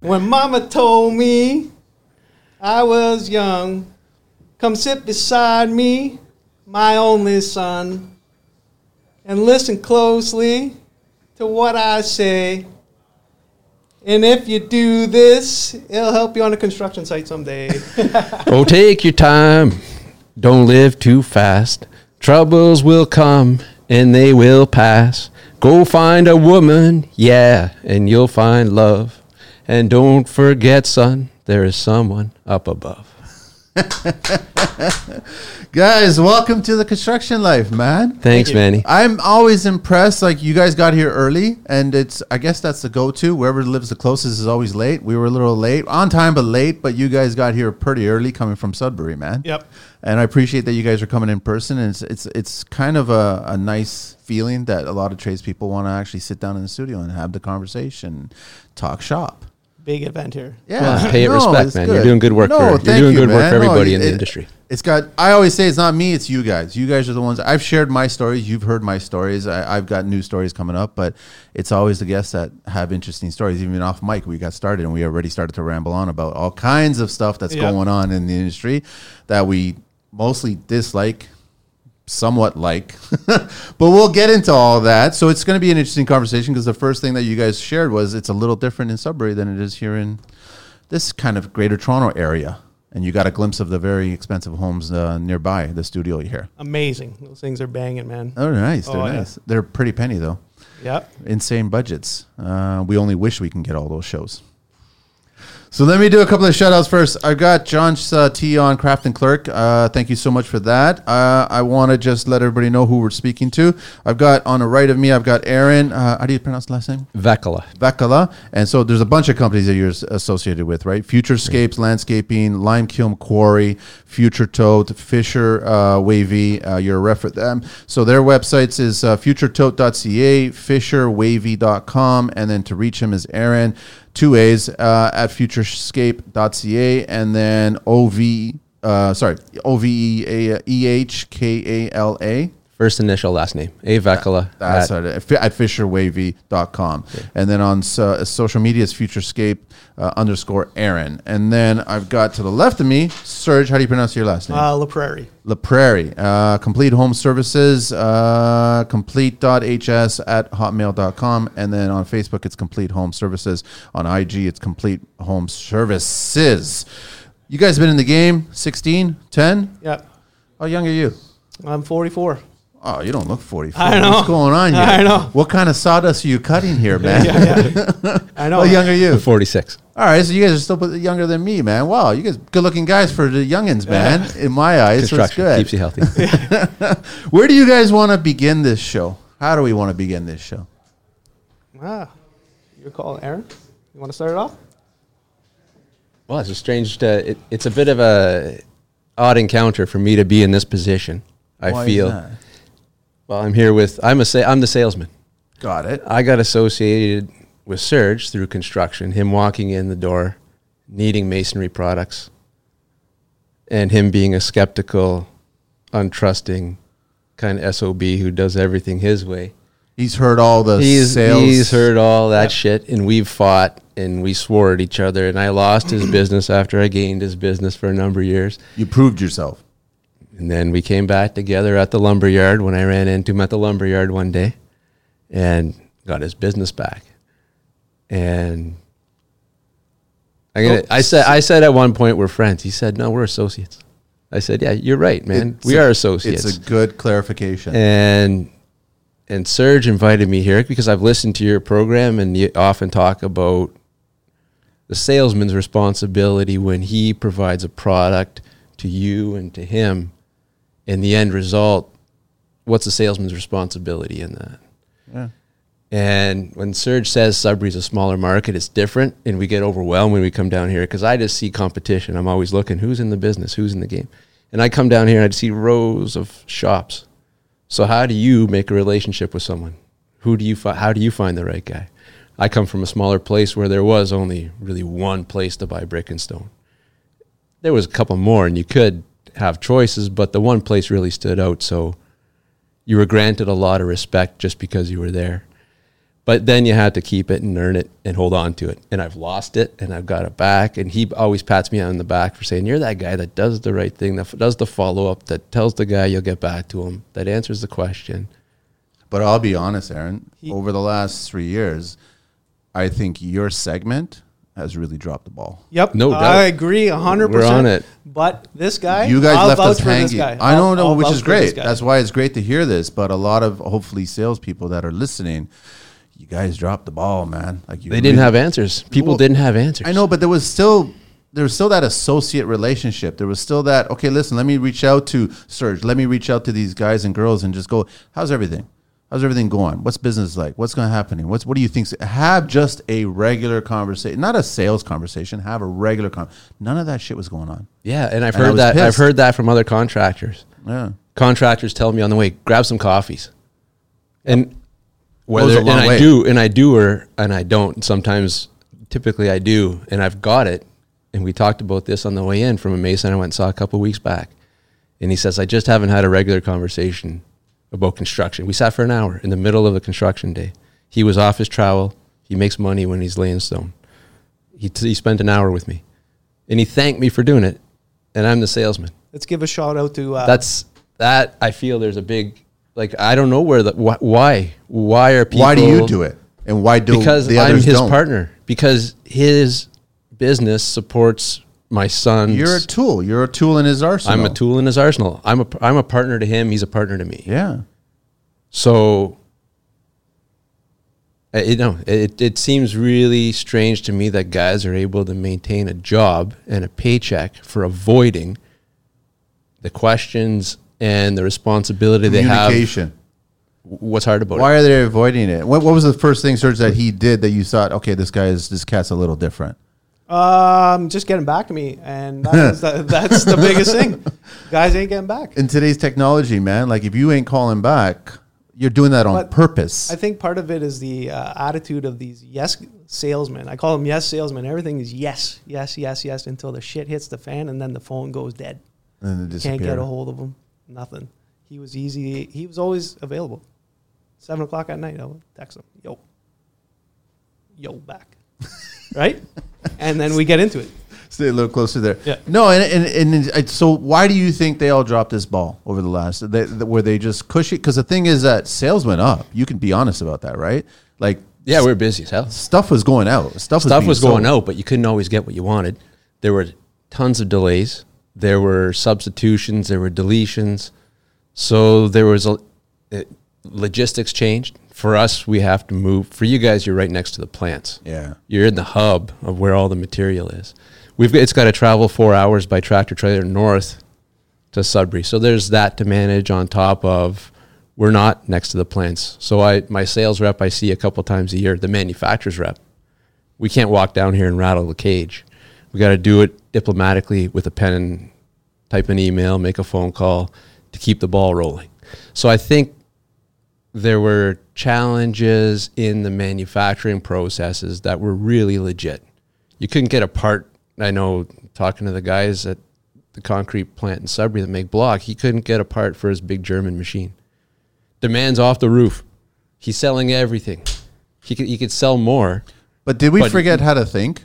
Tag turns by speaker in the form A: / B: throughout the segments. A: When mama told me I was young, come sit beside me, my only son, and listen closely to what I say. And if you do this, it'll help you on a construction site someday.
B: Oh, take your time. Don't live too fast. Troubles will come and they will pass. Go find a woman, yeah, and you'll find love. And don't forget, son, there is someone up above.
C: Guys, welcome to the construction life, man.
B: Thanks, Manny.
C: I'm always impressed. Like you guys got here early, and it's I guess that's the go-to. Wherever lives the closest is always late. We were a little late, on time but late. But you guys got here pretty early, coming from Sudbury, man.
A: Yep.
C: And I appreciate that you guys are coming in person. And it's it's it's kind of a, a nice feeling that a lot of tradespeople want to actually sit down in the studio and have the conversation, talk shop.
A: Big event here.
C: Yeah,
B: pay it respect,
C: it's
B: man. You're doing good work for- you're
C: thank
B: doing good work
C: man.
B: for everybody in the
C: it-
B: industry.
C: It's got. I always say it's not me; it's you guys. You guys are the ones. I've shared my stories. You've heard my stories. I, I've got new stories coming up, but it's always the guests that have interesting stories. Even off mic, we got started and we already started to ramble on about all kinds of stuff that's
A: Yeah.
C: going on in the industry that we mostly dislike somewhat like. but we'll get into all that. So it's going to be an interesting conversation because the first thing that you guys shared was it's a little different in Sudbury than it is here in this kind of greater Toronto area. And you got a glimpse of the very expensive homes uh, nearby the studio here.
A: Amazing. Those things are banging, man.
C: Oh, nice. They're
A: Oh, yeah.
C: nice. They're pretty penny, though.
A: Yep.
C: Insane budgets. Uh, we only wish we can get all those shows. So let me do a couple of shout outs first. I got John uh, T on Craft and Clerk. Uh, thank you so much for that. Uh, I want to just let everybody know who we're speaking to. I've got on the right of me, I've got Aaron. Uh, how do you pronounce the last name?
B: Vekala.
C: Vekala. And so there's a bunch of companies that you're s- associated with, right? Futurescapes, Landscaping, Lime Kiln Quarry, Future Tote, Fisher uh, Wavy. Uh, you're a ref for them. So their websites is uh, futuretote.ca, fisherwavy.com, and then to reach him is Aaron, two A's, uh, at futurescape.ca, and then OV. Uh, sorry, O V E A E H K A L A
B: First initial, last name. A Vekala.
C: that's
B: at-
C: at, at, fi- at fisherwavy.com. And then on so, uh, social media is futurescape uh, underscore Aaron. And then I've got to the left of me, Serge, how do you pronounce your last name?
A: Uh, La Prairie.
C: La Prairie. Uh, complete Home Services, uh, complete.hs at hotmail.com. And then on Facebook, it's Complete Home Services. On IG, it's Complete Home Services. You guys been in the game 16, 10?
A: Yep.
C: How young are you?
A: I'm 44.
C: Oh, you don't look 44.
A: I know.
C: What's going on here?
A: I know.
C: What kind of sawdust are you cutting here, man?
A: I know.
C: How young are you?
B: 46.
C: All right, so you guys are still bit younger than me, man. Wow, you guys good-looking guys for the youngins, man. In my eyes, so it's
B: Construction.
C: good.
B: Keeps you healthy.
C: Where do you guys want to begin this show? How do we want to begin this show?
A: Ah, your call, Aaron. You want to start it off?
B: Well, it's a strange. Uh, it, it's a bit of a odd encounter for me to be in this position. I
C: Why is
B: feel.
C: that?
B: Well, I'm here with. I'm a. Sa- I'm the salesman.
C: Got it.
B: I got associated with Serge through construction. Him walking in the door, needing masonry products, and him being a skeptical, untrusting, kind of sob who does everything his way.
C: He's heard all the
B: He's,
C: sales.
B: he's heard all that shit, and we've fought and we swore at each other. And I lost his business after I gained his business for a number of years.
C: You proved yourself.
B: And then we came back together at the lumber yard when I ran into him at the lumber yard one day and got his business back. And I'm
C: Oh.
B: gonna, I said I said at one point we're friends. He said, No, we're associates. I said, Yeah, you're right, man.
C: It's
B: we
C: a-
B: are associates.
C: It's a good clarification.
B: and and Serge invited me here because I've listened to your program and you often talk about the salesman's responsibility when he provides a product to you and to him and the end result what's the salesman's responsibility in that
C: Yeah.
B: and when Serge says Sudbury's a smaller market, it's different, and we get overwhelmed when we come down here because I just see competition. I'm always looking who's in the business, who's in the game, and I come down here and I see rows of shops. So how do you make a relationship with someone? Who do you fi- how do you find the right guy? I come from a smaller place where there was only really one place to buy brick and stone. There was a couple more, and you could have choices, but the one place really stood out. So you were granted a lot of respect just because you were there But then you had to keep it and earn it and hold on to it. And I've lost it and I've got it back. And he always pats me on the back for saying, You're that guy that does the right thing, that f- does the follow up, that tells the guy you'll get back to him, that answers the question.
C: But I'll be honest, Aaron. over the last three years, I think your segment has really dropped the ball.
A: Yep.
B: No
A: I
B: doubt.
A: agree 100%.
B: We're on it.
A: But this guy,
C: You guys
A: I'll
C: left
A: vouch
C: us
A: for this
C: hanging.
A: guy.
C: I
A: I'll-
C: don't know,
A: I'll
C: which
A: vouch
C: is
A: for this
C: great.
A: guy.
C: That's why it's great to hear this. But a lot of hopefully salespeople that are listening, you guys dropped the ball, man. Like you
B: They didn't
C: really-
B: have answers. People
C: Well,
B: didn't have answers.
C: I know, but there was still there was still that associate relationship. There was still that okay. Listen, let me reach out to Serge. Let me reach out to these guys and girls and just go. How's everything? How's everything going? What's business like? What's going to happening? What's what do you think? Have just a regular conversation, not a sales conversation. Have a regular con. None of that shit was going on.
B: Yeah, and I've
C: And I
B: heard
C: was
B: that. I've
C: pissed.
B: heard that from other contractors.
C: Yeah.
B: Contractors tell me on the way, grab some coffees, and
C: Goes
B: whether
C: a
B: and
C: long
B: I
C: way.
B: do and I do or and I don't. Sometimes, typically I do, and I've got it. And we talked about this on the way in from a mason I went and saw a couple weeks back, and he says I just haven't had a regular conversation about construction. We sat for an hour in the middle of the construction day. He was off his trowel. He makes money when he's laying stone. He, he spent an hour with me, and he thanked me for doing it. And I'm the salesman
A: Let's give a shout out to uh,
B: that's that I feel there's a big like I don't know where the wh- why why are people
C: Why do you do it? And why do
B: because
C: the
B: I'm
C: others
B: his
C: don't?
B: partner because his business supports my son.
C: You're a tool. You're a tool in his arsenal.
B: I'm a tool in his arsenal. I'm a I'm a partner to him. He's a partner to me.
C: Yeah.
B: So, I- you know, it, it seems really strange to me that guys are able to maintain a job and a paycheck for avoiding the questions and the responsibility they have.
C: Communication.
B: What's hard about it?
C: Why are they avoiding it? What, what was the first thing, Serge, that he did that you thought, okay, this guy is this cat's a little different?
A: um, just getting back to me, and that was the, that's the biggest thing. Guys ain't getting back.
C: In today's technology, man, like if you ain't calling back, you're doing that on
A: But
C: purpose.
A: I think part of it is the uh, attitude of these yes salesmen. I call them yes salesmen. Everything is yes, yes, yes, yes until the shit hits the fan, and then the phone goes dead.
C: and
A: Can't
C: it
A: get
C: disappeared.
A: a hold of him. Nothing. He was easy. He was always available. Seven o'clock at night, I would text him, "Yo, yo, back." right, and then we get into it.
C: Stay a little closer there.
A: Yeah.
C: No, and and, and it's- so why do you think they all dropped this ball over the last? They, they, were they just cushy? Because the thing is that sales went up. You can be honest about that, right? Like
B: Yeah, we we're busy as hell.
C: stuff was going out. Stuff was
B: Stuff
C: being
B: was going
C: sold.
B: out, but you couldn't always get what you wanted. There were tons of delays. There were substitutions. There were deletions. So there was a it, logistics changed. For us, we have to move. For you guys, you're right next to the plants.
C: Yeah.
B: you're in the hub of where all the material is. We've it's got to travel four hours by tractor trailer north to Sudbury. So there's that to manage on top of we're not next to the plants. So I my sales rep I see a couple times a year, the manufacturer's rep. We can't walk down here and rattle the cage. We got to do it diplomatically with a pen and type an email, make a phone call to keep the ball rolling. So I think there were challenges in the manufacturing processes that were really legit. You couldn't get a part. I know talking to the guys at the concrete plant in Sudbury that make block, he couldn't get a part for his big German machine. Demands off the roof. He's selling everything. He could, he could sell more.
C: But did we
B: But-
C: forget how to think?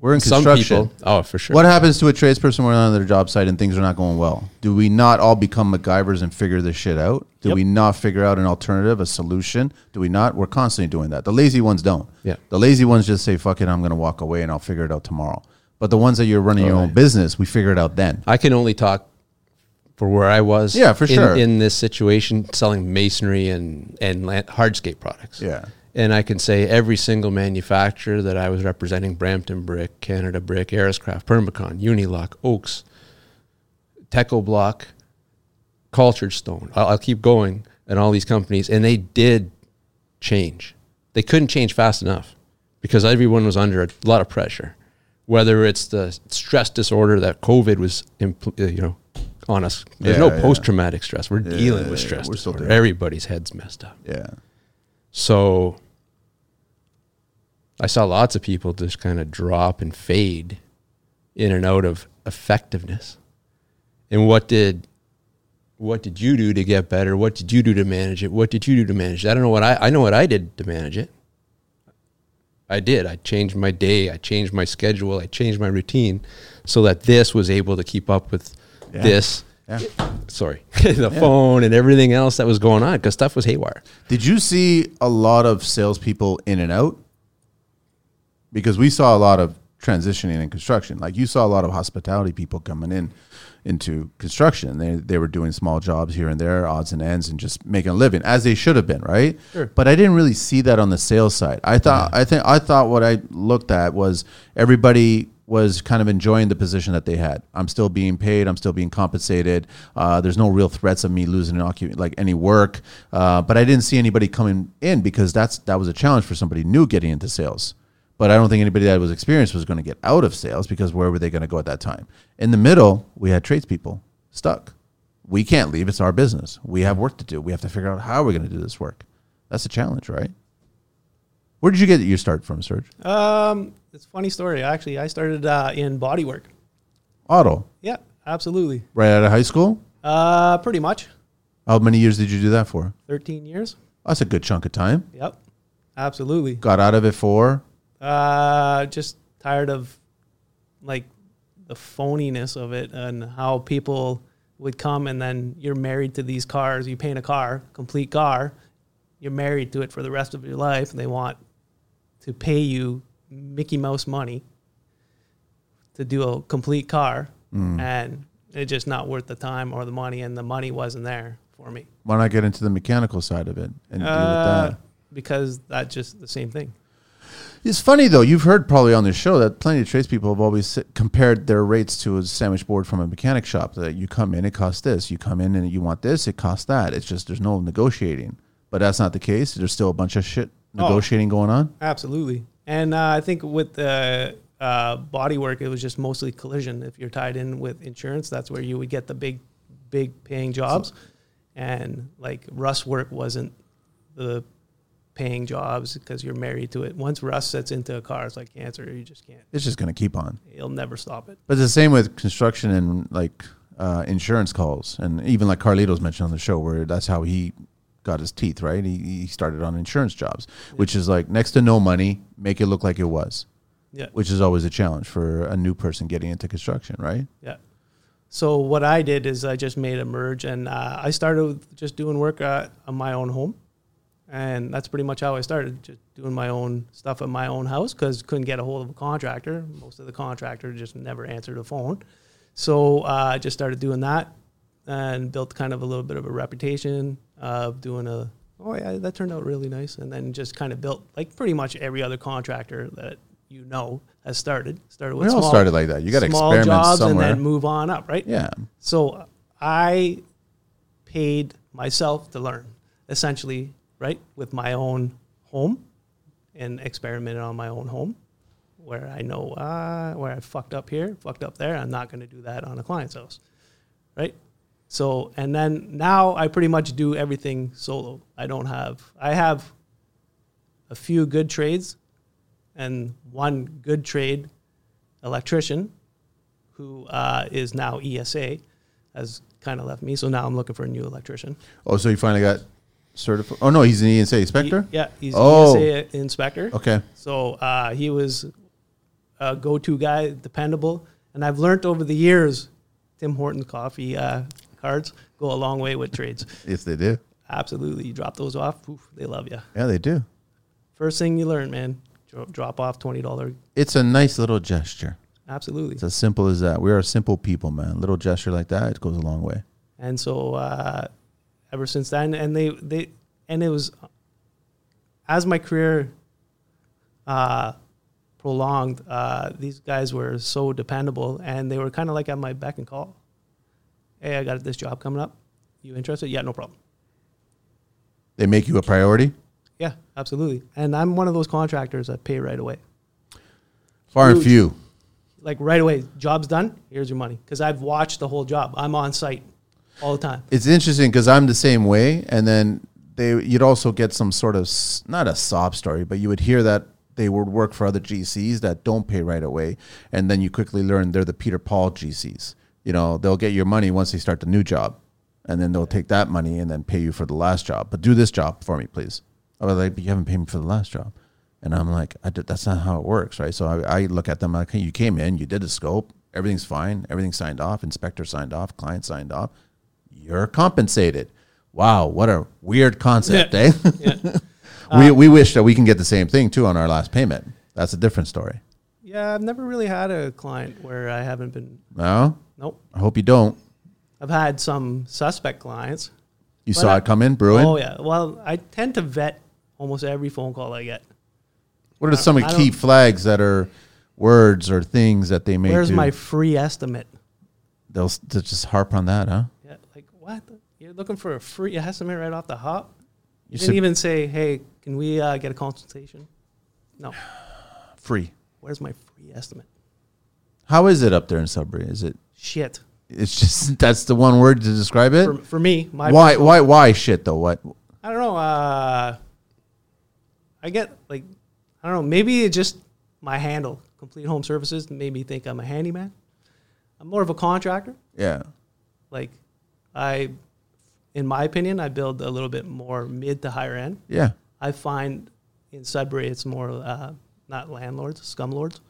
C: We're in
B: Some
C: construction.
B: people, oh, for sure.
C: What happens to a tradesperson when they're on their job site and things are not going well? Do we not all become MacGyvers and figure this shit out? Do
A: Yep.
C: we not figure out an alternative, a solution? Do we not? We're constantly doing that. The lazy ones don't.
B: Yeah.
C: The lazy ones just say, fuck it, I'm going to walk away and I'll figure it out tomorrow. But the ones that you're running your own business, we figure it out then.
B: I can only talk for where I was.
C: Yeah, for
B: in-
C: sure.
B: In this situation, selling masonry and and land, hardscape products.
C: Yeah.
B: And I can say every single manufacturer that I was representing: Brampton Brick, Canada Brick, Ariscraft, Permacon, Unilock, Oaks, Teco Block, Cultured Stone. I'll, I'll keep going, and all these companies, and they did change. They couldn't change fast enough because everyone was under a lot of pressure. Whether it's the stress disorder that COVID was, impl- uh, you know, on us. There's
C: Yeah,
B: no
C: yeah.
B: post traumatic stress. We're dealing with
C: yeah,
B: stress.
C: we're still
B: disorder.
C: doing it.
B: Everybody's heads messed up.
C: Yeah.
B: So I saw lots of people just kind of drop and fade in and out of effectiveness. And what did what did you do to get better? What did you do to manage it? What did you do to manage it? I don't know what I, I know what I did to manage it. I did. I changed my day. I changed my schedule. I changed my routine so that this was able to keep up with
C: Yeah.
B: this.
C: Yeah.
B: Sorry, the phone and everything else that was going on because stuff was haywire.
C: Did you see a lot of salespeople in and out? Because we saw a lot of transitioning in construction. Like you saw a lot of hospitality people coming in into construction. They they were doing small jobs here and there, odds and ends, and just making a living as they should have been, right? But I didn't really see that on the sales side. I thought I think I thought what I looked at was everybody was kind of enjoying the position that they had. I'm still being paid. I'm still being compensated. Uh, there's no real threats of me losing an occup- like any work. Uh, but I didn't see anybody coming in because that's that was a challenge for somebody new getting into sales. But I don't think anybody that was experienced was going to get out of sales because where were they going to go at that time? In the middle, we had tradespeople stuck. We can't leave. It's our business. We have work to do. We have to figure out how we're going to do this work. That's a challenge, right? Where did you get your start from, Serge?
A: Um, it's a funny story. Actually, I started uh, in bodywork.
C: Auto,
A: Yeah, absolutely.
C: right out of high school.
A: Uh, pretty much.
C: How many years did you do that for?
A: 13 years.
C: That's a good chunk of time.
A: Yep. Absolutely.
C: Got out of it for
A: Uh, just tired of like the phoniness of it and how people would come and then you're married to these cars. You paint a car, complete car. You're married to it for the rest of your life. And they want to pay you Mickey Mouse money to do a complete car.
C: Mm.
A: And it's just not worth the time or the money. And the money wasn't there for me.
C: why not get into the mechanical side of it and deal
A: Uh,
C: with that?
A: because that's just the same thing.
C: It's funny though. You've heard probably on this show that plenty of tradespeople have always s- compared their rates to a sandwich board from a mechanic shop. That you come in, it costs this. You come in and you want this, it costs that. It's just there's no negotiating. But that's not the case. There's still a bunch of shit negotiating going on.
A: Absolutely. And uh, I think with the uh, body work, it was just mostly collision. If you're tied in with insurance, that's where you would get the big, big paying jobs. And like rust work wasn't the paying jobs because you're married to it. Once rust sets into a car, it's like cancer. You just can't,
C: It's just gonna keep on.
A: it'll never stop it.
C: But it's the same with construction and like uh, insurance calls, and even like Carlito's mentioned on the show, where that's how he got his teeth. Right, he, he started on insurance jobs, which is like next to no money, make it look like it was,
A: Yeah.
C: which is always a challenge for a new person getting into construction. Right.
A: Yeah. So what I did is I just made a merge, and uh, I started with just doing work uh, on my own home, and that's pretty much how I started, just doing my own stuff at my own house because couldn't get a hold of a contractor. Most of the contractor just never answered a phone, so uh, I just started doing that, and built kind of a little bit of a reputation of doing a. Oh yeah, that turned out really nice, and then just kind of built like pretty much every other contractor that you know has started. Started with
C: We all
A: small-
C: started like that. You got to
A: small
C: experiment
A: jobs
C: somewhere.
A: and then move on up, right?
C: yeah.
A: So I paid myself to learn, essentially, right, with my own home and experimented on my own home where I know uh, where I fucked up here, fucked up there. I'm not going to do that on a client's house, right? So, and then now I pretty much do everything solo. I don't have, I have a few good trades and one good trade electrician who uh, is now ESA, has kind of left me. So now I'm looking for a new electrician.
C: Oh, so you finally got certified? Oh no, he's an ENC inspector.
A: He- yeah, he's
C: Oh.
A: ESA inspector.
C: Okay.
A: So uh, he was a go-to guy, dependable, and I've learned over the years, Tim Horton coffee uh, cards go a long way with trades.
C: Yes, they do.
A: Absolutely, you drop those off, poof, they love you.
C: Yeah, they do.
A: First thing you learn, man, dro- drop off twenty dollar.
C: It's a nice little gesture.
A: Absolutely.
C: It's as simple as that. We are simple people, man. Little gesture like that, it goes a long way.
A: and so uh, ever since then and they, they and it was as my career uh, prolonged uh, these guys were so dependable and they were kind of like at my beck and call hey i got this job coming up you interested yeah no problem
C: They make you a priority.
A: yeah absolutely and i'm one of those contractors that pay right away
C: Far and
A: Huge.
C: few.
A: like right away job's done here's your money because i've watched the whole job i'm on site all the time
C: It's interesting because I'm the same way, and then they you'd also get some sort of s- not a sob story, but you would hear that they would work for other GCs that don't pay right away, and then you quickly learn they're the Peter Paul GCs. You know, they'll get your money once they start the new job. and then they'll take that money and then pay you for the last job. But do this job for me, please. I was like, but you haven't paid me for the last job. And I'm like, I did, that's not how it works, right? So I, I look at them like, hey, you came in, you did a scope, everything's fine, everything's signed off, inspector signed off, client signed off, you're compensated. Wow, what a weird concept, eh?
A: Uh,
C: we, we wish that we can get the same thing too on our last payment. That's a different story.
A: Yeah, I've never really had a client where I haven't been.
C: No,
A: Nope.
C: I hope you don't.
A: I've had some suspect clients.
C: You
A: But
C: saw
A: I-
C: it come in brewing.
A: Oh yeah. Well, I tend to vet almost every phone call I get.
C: What are some
A: I
C: key
A: don't-
C: flags that are words or things that they may
A: Where's
C: do?
A: my free estimate?
C: They'll s- they'll just harp on that, huh?
A: Yeah, like what? You're looking for a free estimate right off the hop? You
C: You
A: didn't
C: said
A: even say, "Hey, can we uh, get a consultation?" No.
C: free.
A: Where's my free estimate?
C: How is it up there in Sudbury? Is it?
A: Shit.
C: It's just that's the one word to describe it.
A: For, for me, my
C: why? Why? Why? Shit, though. What?
A: I don't know. Uh, I get like, I don't know. Maybe it just my handle, complete home services, made me think I'm a handyman. I'm more of a contractor.
C: Yeah.
A: Like, I, in my opinion, I build a little bit more mid to higher end.
C: Yeah.
A: I find in Sudbury it's more uh, not landlords, scumlords.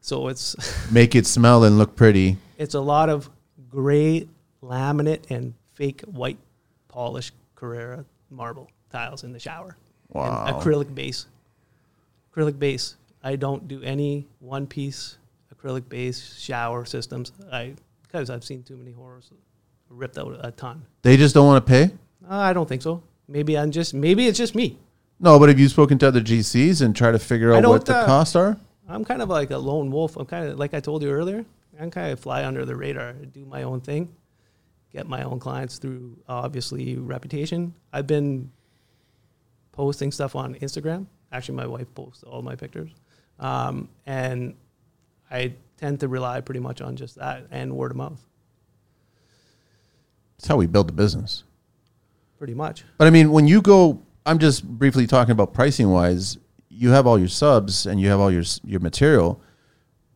A: So it's
C: Make it smell and look pretty.
A: it's a lot of gray laminate and fake white polished Carrera marble tiles in the shower.
C: Wow.
A: And acrylic base. Acrylic base. I don't do any one piece acrylic base shower systems. I because I've seen too many horrors ripped out a ton.
C: They just don't want to pay.
A: Uh, I don't think so. Maybe I'm just maybe it's just me.
C: No, but have you spoken to other GCs and try to figure
A: I
C: out what
A: don't,
C: the
A: uh,
C: costs are?
A: I'm kind of like a lone wolf. I'm kind of like I told you earlier. I'm kind of fly under the radar. I do my own thing, get my own clients through obviously reputation. I've been posting stuff on Instagram. Actually, my wife posts all my pictures, um, and I tend to rely pretty much on just that and word of mouth,
C: It's how we build the business.
A: pretty much.
C: But I mean, when you go, I'm just briefly talking about pricing wise. You have all your subs and you have all your s- your material.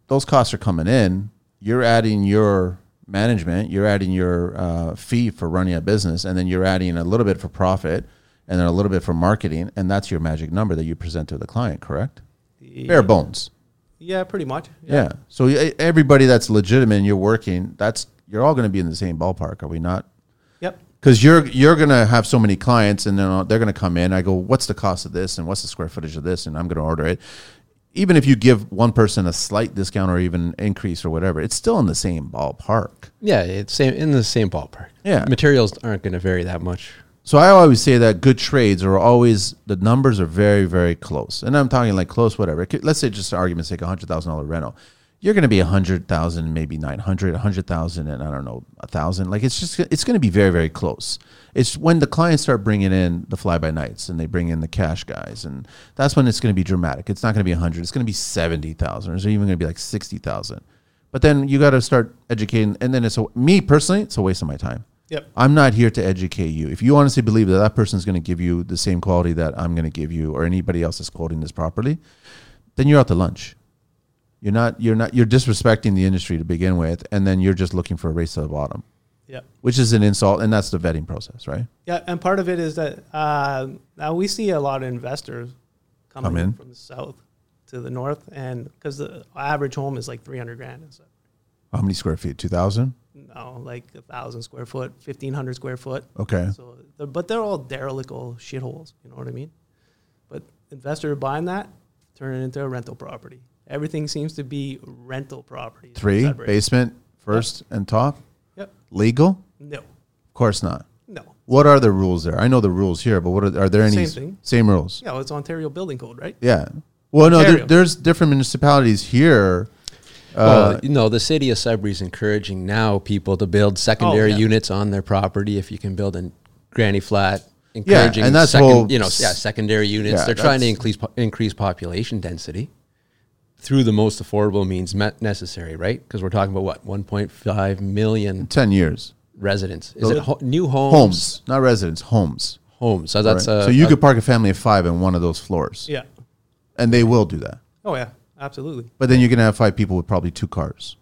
C: Those costs are coming in. You're adding your management. You're adding your uh, fee for running a business, and then you're adding a little bit for profit, and then a little bit for marketing, and that's your magic number that you present to the client. Correct? Bare bones.
A: Yeah, pretty much.
C: Yeah. So y- e, everybody that's legitimate and you're working, that's you're all going to be in the same ballpark, are we not?
A: Yep.
C: Because you're you're gonna have so many clients, and then they're gonna come in. I go, what's the cost of this, and what's the square footage of this, and I'm gonna order it. Even if you give one person a slight discount or even increase or whatever, it's still in the same ballpark.
B: Yeah, it's same in the same ballpark.
C: Yeah.
B: materials aren't going to vary that much.
C: So I always say that good trades are always the numbers are very very close, and I'm talking like close whatever. It could- Let's say just for argument's sake, a hundred thousand dollar rental. You're going to be a hundred thousand, maybe nine hundred, a hundred thousand, and I don't know a thousand. Like it's just it's going to be very very close. It's when the clients start bringing in the fly by nights and they bring in the cash guys, and that's when it's going to be dramatic. It's not going to be a hundred. It's going to be seventy thousand, or it's even going to be like sixty thousand. But then you got to start educating, and then it's a, me personally, it's a waste of my time.
A: Yep.
C: I'm not here to educate you. If you honestly believe that that person's going to give you the same quality that I'm going to give you, or anybody else is quoting this properly, then you're out to lunch. You're not. You're not. You're disrespecting the industry to begin with, and then you're just looking for a race to the bottom,
A: Yep.
C: which is an insult, and that's the vetting process, right?
A: Yeah, and part of it is that uh, now we see a lot of investors coming
C: Come in.
A: from the south to the north, and because the average home is like three hundred grand, and so
C: How many square feet? Two thousand.
A: no, like a thousand square foot, fifteen hundred square foot.
C: Okay.
A: So, they're, but they're all derelict old shitholes. You know what I mean? But investor buying that, turn it into a rental property. Everything seems to be rental properties. in
C: Three
A: Sudbury.
C: basement, first and top.
A: Yep.
C: Legal?
A: No.
C: Of course not.
A: No.
C: What are the rules there? I know the rules here, but what are, are there any
A: Same
C: s-
A: thing.
C: same rules?
A: Yeah, well, it's Ontario Building Code, right?
C: Yeah. Well, no, there,
A: Ontario.
C: there's different municipalities here. Uh,
B: well, you know, the city of Sudbury is encouraging now people to build secondary
A: yeah.
B: units on their property. If you can build a granny flat,
C: Yeah,
B: encouraging
C: and that's
B: second,
C: whole-
B: you know, yeah, secondary units.
C: Yeah,
B: They're trying to
C: that's-
B: increase po- increase population density through the most affordable means me- necessary, right? Because we're talking about what 1.5 million
C: 10 years.
B: residents. Is it ho- new homes?
C: Homes, not residents, homes.
B: Homes. So that's
C: right?
B: a,
C: so you
B: a-
C: could park a family of five in one of those floors,
A: Yeah.
C: and they will do that.
A: Oh yeah, absolutely.
C: But then you're going to have five people with probably two cars.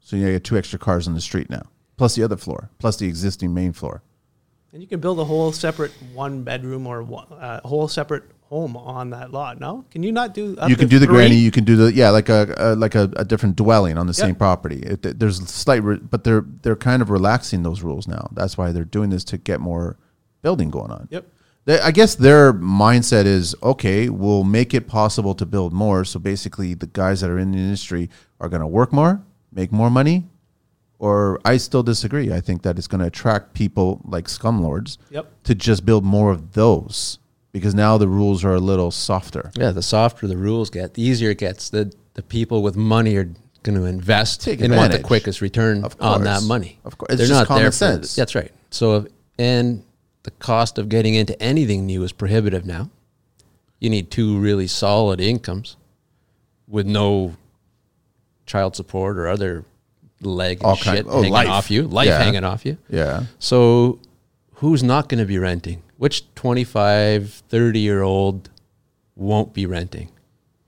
C: So you get two extra cars on the street now. plus the other floor, plus the existing main floor.
A: And you can build a whole separate one bedroom or one, uh, whole separate home on that lot. No, can you not do? up
C: you
A: to
C: can do the
A: three?
C: granny. You can do the yeah, like a, a like a, a different dwelling on the
A: Yeah.
C: same property. It, th- there's slight, re- but they're they're kind of relaxing those rules now. That's why they're doing this to get more building going on.
A: Yep.
C: They, I guess their mindset is okay. We'll make it possible to build more. So basically, the guys that are in the industry are going to work more, make more money. Or I still disagree. I think that it's going to attract people like scumlords
A: Yep.
C: to just build more of those because now the rules are a little softer.
B: Yeah, the softer the rules get, the easier it gets. The the people with money are going to invest
C: Take
B: and want the
C: advantage.
B: quickest return
C: Of
B: on that
C: course.
B: money.
C: Of course. It's just common
B: for-
C: sense.
B: That's right. So if- and the cost of getting into anything new is prohibitive now. You need two really solid incomes with no child support or other leg and
C: All kind-
B: shit
C: oh,
B: hanging
C: life.
B: off you, life
C: Yeah.
B: hanging off you.
C: Yeah.
B: So who's not going to be renting? Which 25, 30 year old won't be renting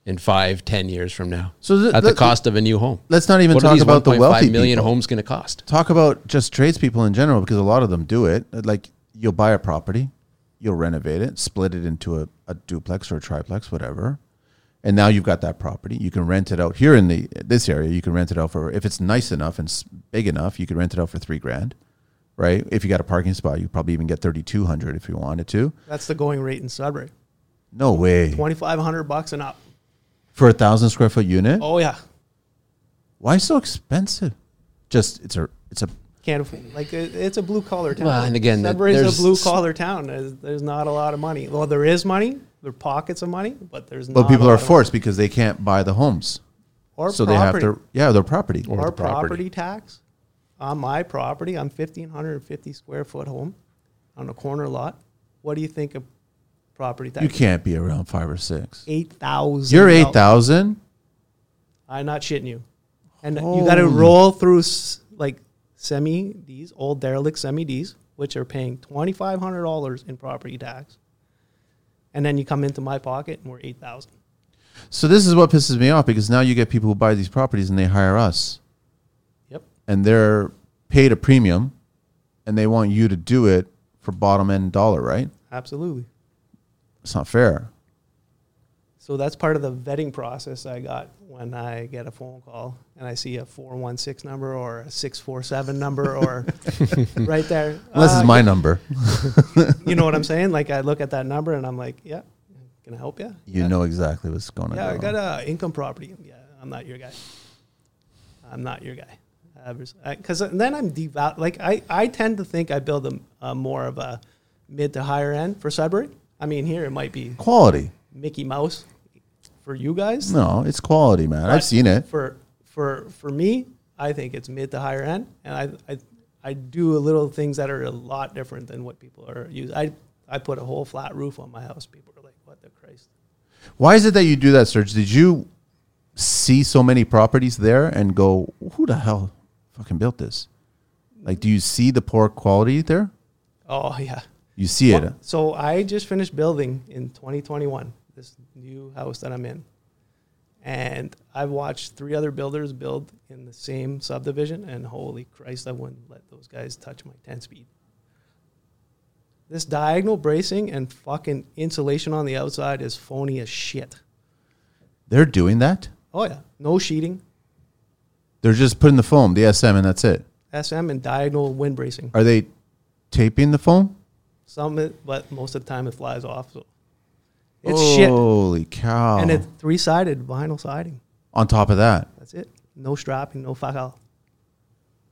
B: in five, 10 years from now?
C: So th-
B: at the
C: th-
B: cost of a new home.
C: let's not even
B: What are
C: talk
B: these
C: about the
B: 1.5
C: wealthy
B: million
C: people.
B: homes going to cost.
C: Talk about just tradespeople in general because a lot of them do it. Like you'll buy a property, you'll renovate it, split it into a, a duplex or a triplex, whatever. And now you've got that property. You can rent it out here in the this area. You can rent it out for if it's nice enough and s- big enough, you could rent it out for three grand, right? If you got a parking spot, you probably even get thirty two hundred if you wanted to.
A: That's the going rate in Sudbury.
C: No way
A: Twenty five hundred bucks and up.
C: for a thousand square foot unit.
A: Oh yeah,
C: Why so expensive? Just it's a it's a
A: can't afford. Like it, it's a blue collar town.
B: Well, and again, that-
A: Sudbury's
B: there's-
A: a blue collar town. There's, there's not a lot of money. Well, there is money. There are pockets of money, but there's not.
C: but people
A: a
C: are
A: lot of-
C: forced because they can't buy the homes.
A: Or
C: so
A: property.
C: they have to yeah their property
A: Our
B: the property.
A: property. tax on my property. I'm 1,550 square foot home on a corner lot. What do you think of property tax?
C: you can't be around five or six
A: Eight thousand.
C: you're eight thousand
A: I'm not shitting you. And you got to roll through s- like semi D's, old derelict semi D's, which are paying twenty five hundred dollars in property tax, and then you come into my pocket and we're eight thousand.
C: so this is what pisses me off because now you get people who buy these properties and they hire us
A: Yep.
C: and they're paid a premium and they want you to do it for bottom end dollar right
A: Absolutely.
C: it's not fair
A: So that's part of the vetting process I got when I get a phone call and I see a 416 number or a 647 number or right there.
C: unless
A: Uh,
C: it's my number
A: You know what I'm saying? Like I look at that number and I'm like, yeah, can I help you?
C: you know exactly what's going on
A: Yeah, I got
C: uh,
A: a income property. Yeah, I'm not your guy. I'm not your guy. Because then I'm devout. Like I, I tend to think I build a, a more of a mid to higher end for Sudbury. I mean, here it might be
C: quality
A: Mickey Mouse for you guys.
C: no it's quality man i've
A: But
C: seen it
A: For for for me, I think it's mid to higher end, and I I, I do a little things that are a lot different than what people are using. I I put a whole flat roof on my house. People are like, "What the Christ?"
C: Why is it that you do that, Serge? Did you see so many properties there and go, who the hell fucking built this? Like, do you see the poor quality there?
A: Oh yeah.
C: You see it.
A: So I just finished building in 2021 this new house that I'm in, and I've watched three other builders build in the same subdivision, and holy Christ, I wouldn't let those guys touch my 10 speed. This diagonal bracing and fucking insulation on the outside is phony as shit.
C: They're doing that.
A: Oh yeah, no sheeting,
C: They're just putting the foam, the SM, and that's it.
A: SM and diagonal wind bracing.
C: Are they taping the foam?
A: Some, but most of the time it flies off. So it's shit,
C: Holy cow.
A: and it's three sided vinyl siding.
C: On top of that,
A: That's it. No strapping, no fuck all.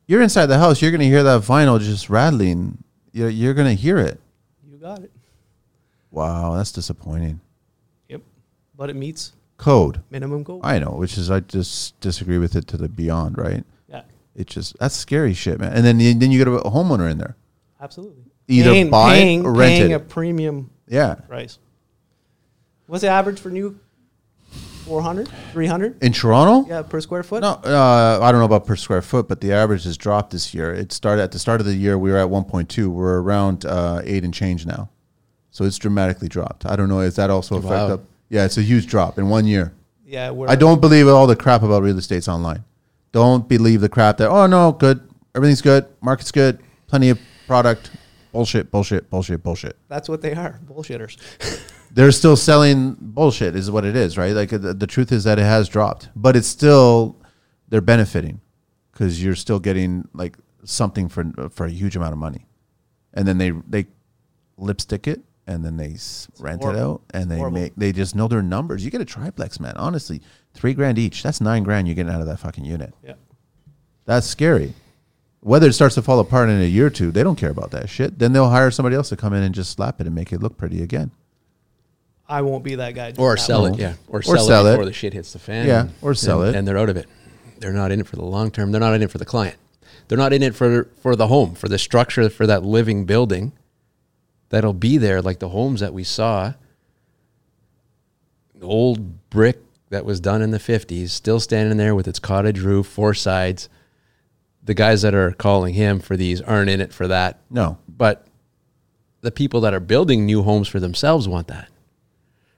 C: you're inside the house. You're going to hear that vinyl just rattling. You're, you're going to hear it.
A: You got it.
C: Wow, that's disappointing.
A: Yep. But it meets
C: Code.
A: minimum goal.
C: I know, which is I just disagree with it to the beyond, right?
A: yeah,
C: It just that's scary shit, man. And then then you get a homeowner in there.
A: absolutely.
C: Either buy or rent
A: paying
C: it.
A: a premium
C: Yeah,
A: price. What's the average for new? 400, 300?
C: in Toronto.
A: Yeah, per square foot.
C: No, uh, I don't know about per square foot, but the average has dropped this year. It started at the start of the year. We were at one point two. We're around uh, eight and change now, so it's dramatically dropped. I don't know. Is that also affect
B: Wow.
C: up? Yeah, it's a huge drop in one year.
A: Yeah, we're,
C: I don't believe all the crap about real estate's online. Don't believe the crap that oh no, good Everything's good. Market's good. Plenty of product. Bullshit, bullshit, bullshit, bullshit.
A: That's what they are, bullshitters.
C: They're still selling bullshit, is what it is, right? Like the, the truth is that it has dropped, but it's still they're benefiting because you're still getting like something for for a huge amount of money, and then they they lipstick it and then they s rent it
A: horrible.
C: out and they
A: Horrible.
C: make they just know their numbers. You get a triplex, man. Honestly, three grand each. That's nine grand you're getting out of that fucking unit.
A: yeah.
C: That's scary. Whether it starts to fall apart in a year or two, they don't care about that shit. Then they'll hire somebody else to come in and just slap it and make it look pretty again.
A: I won't be that guy. doing
B: Or
A: that
B: sell
A: one.
B: it, yeah. Or,
C: Or
B: sell,
C: sell
B: it
C: it.
B: before the shit hits the fan.
C: Yeah,
B: and-
C: or sell
B: and-
C: it.
B: And they're out of it. They're not in it for the long term. They're not in it for the client. They're not in it for for the home, for the structure, for that living building that'll be there, like the homes that we saw. The old brick that was done in the fifties, still standing there with its cottage roof, four sides. The guys that are calling him for these aren't in it for that.
C: No.
B: But the people that are building new homes for themselves want that.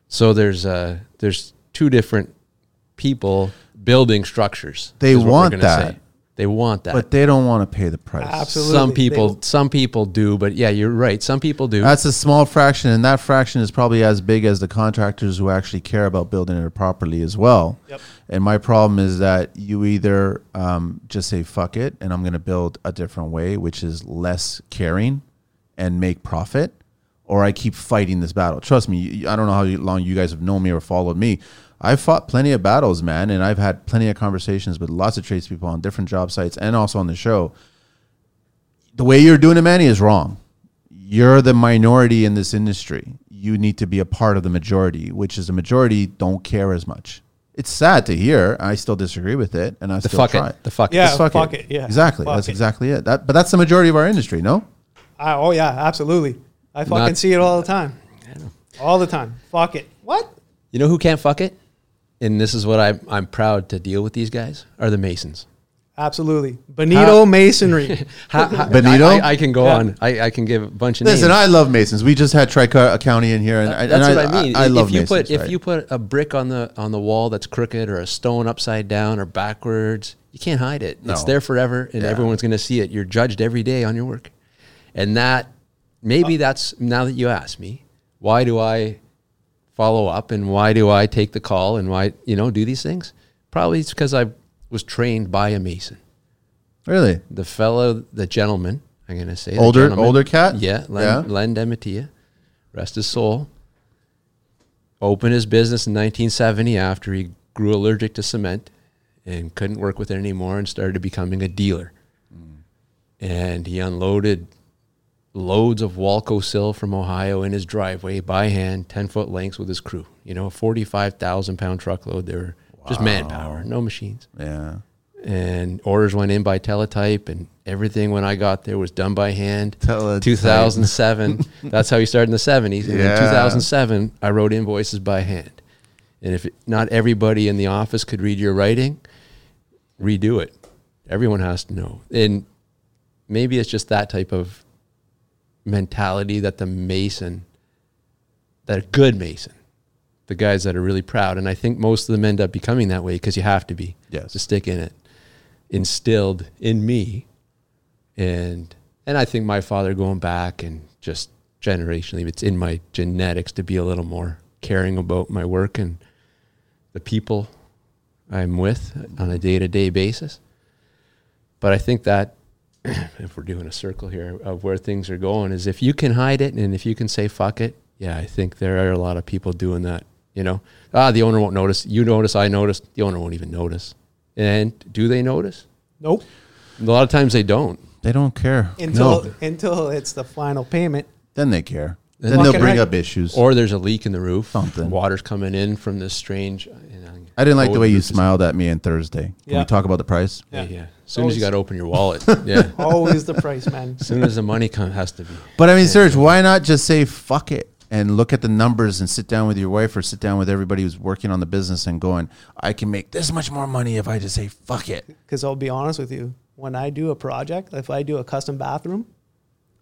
B: So there's uh, there's two different people building structures.
C: They
B: is what we're
C: want
B: gonna
C: that.
B: They want that.
C: But they don't want to pay the price.
A: Absolutely.
B: some people
A: They-
B: some people do, but yeah, you're right. Some people do.
C: That's a small fraction, and that fraction is probably as big as the contractors who actually care about building it properly as well.
A: Yep.
C: And my problem is that you either um, just say fuck it, and I'm going to build a different way, which is less caring and make profit, or I keep fighting this battle. Trust me, you- I don't know how you- long you guys have known me or followed me. I've fought plenty of battles, man, and I've had plenty of conversations with lots of tradespeople on different job sites and also on the show the way you're doing it, Manny, is wrong. You're the minority in this industry. You need to be a part of the majority, which is the majority don't care as much. It's sad to hear. I still disagree with it, and I
B: the
C: still
B: fuck
C: try.
B: it. The fuck
A: Yeah.
B: it.
C: Just
A: fuck it, yeah.
C: exactly.
A: Fuck
C: that's
A: it.
C: exactly it. That, but that's the majority of our industry. No,
A: I, oh yeah, absolutely. I fucking
B: Not-
A: see it all the time. All the time. Fuck it. What?
B: You know who can't fuck it? And this is what I'm I'm proud to deal with these guys are the Masons.
A: Absolutely. Benito Masonry.
B: Ha, ha,
C: Benito?
B: I, I, I can go
A: Yeah.
B: on. I, I can give a bunch of
C: listen,
B: names.
C: I love Masons. We just had Tri County in here, and, I-
B: That's
C: and
B: what I mean.
C: I, love
B: if you
C: Masons.
B: put if
C: right?
B: you put a brick on the on the wall that's crooked or a stone upside down or backwards, you can't hide it. It's
C: No.
B: there forever, and
C: Yeah.
B: everyone's going to see it. You're judged every day on your work, and that
C: Uh.
B: maybe that's now that you ask me, why do I follow up and why do I take the call and why you know do these things? Probably it's because I was trained by a mason
C: really,
B: the fellow, the gentleman, I'm going to say. the
C: Older-
B: gentleman.
C: older cat?
B: Yeah, Len,
C: Yeah.
B: Len Dematia, rest his soul. Opened his business in 1970 after he grew allergic to cement and couldn't work with it anymore and started becoming a dealer. And he unloaded loads of Walco sill from Ohio in his driveway by hand, 10 foot lengths with his crew. You know, a 45,000 pound truckload. They were just manpower, no machines
C: yeah,
B: and orders went in by teletype and everything when I got there was done by hand.
C: Teletype.
B: 2007. that's how you started in the 70s. And
C: Yeah.
B: in 2007, I wrote invoices by hand. And if it, not everybody in the office could read your writing, redo it. Everyone has to know. And maybe it's just that type of mentality that the mason that a good mason the guys that are really proud and i think most of them end up becoming that way because you have to be
C: Yes.
B: to stick in it instilled in me and and i think my father going back and just generationally it's in my genetics to be a little more caring about my work and the people i'm with on a day-to-day basis but i think that if we're doing a circle here of where things are going is if you can hide it and if you can say fuck it yeah i think there are a lot of people doing that you know ah the owner won't notice you notice i notice the owner won't even notice and do they notice
A: nope.
B: a lot of times they don't
C: they don't care
A: Until
C: No.
A: until it's the final payment.
C: then they care.
B: Then
C: Then
A: they
C: they'll
A: care.
C: bring up issues.
B: or there's a leak in the roof
C: Something.
B: water's coming in from this strange uh, you know,
C: I didn't like the
B: old
C: way you
B: roof is-
C: smiled at me on Thursday. Can
A: Yeah.
C: we talk about the price?
B: yeah, yeah. as soon as
A: Always,
B: you got to open your wallet yeah as
A: always the price, man.
B: soon as the money comes has to be
C: But I mean, Serge, why not just say fuck it and look at the numbers and sit down with your wife or sit down with everybody who's working on the business and going, I can make this much more money if I just say fuck it.
A: Because I'll be honest with you, when I do a project, if I do a custom bathroom,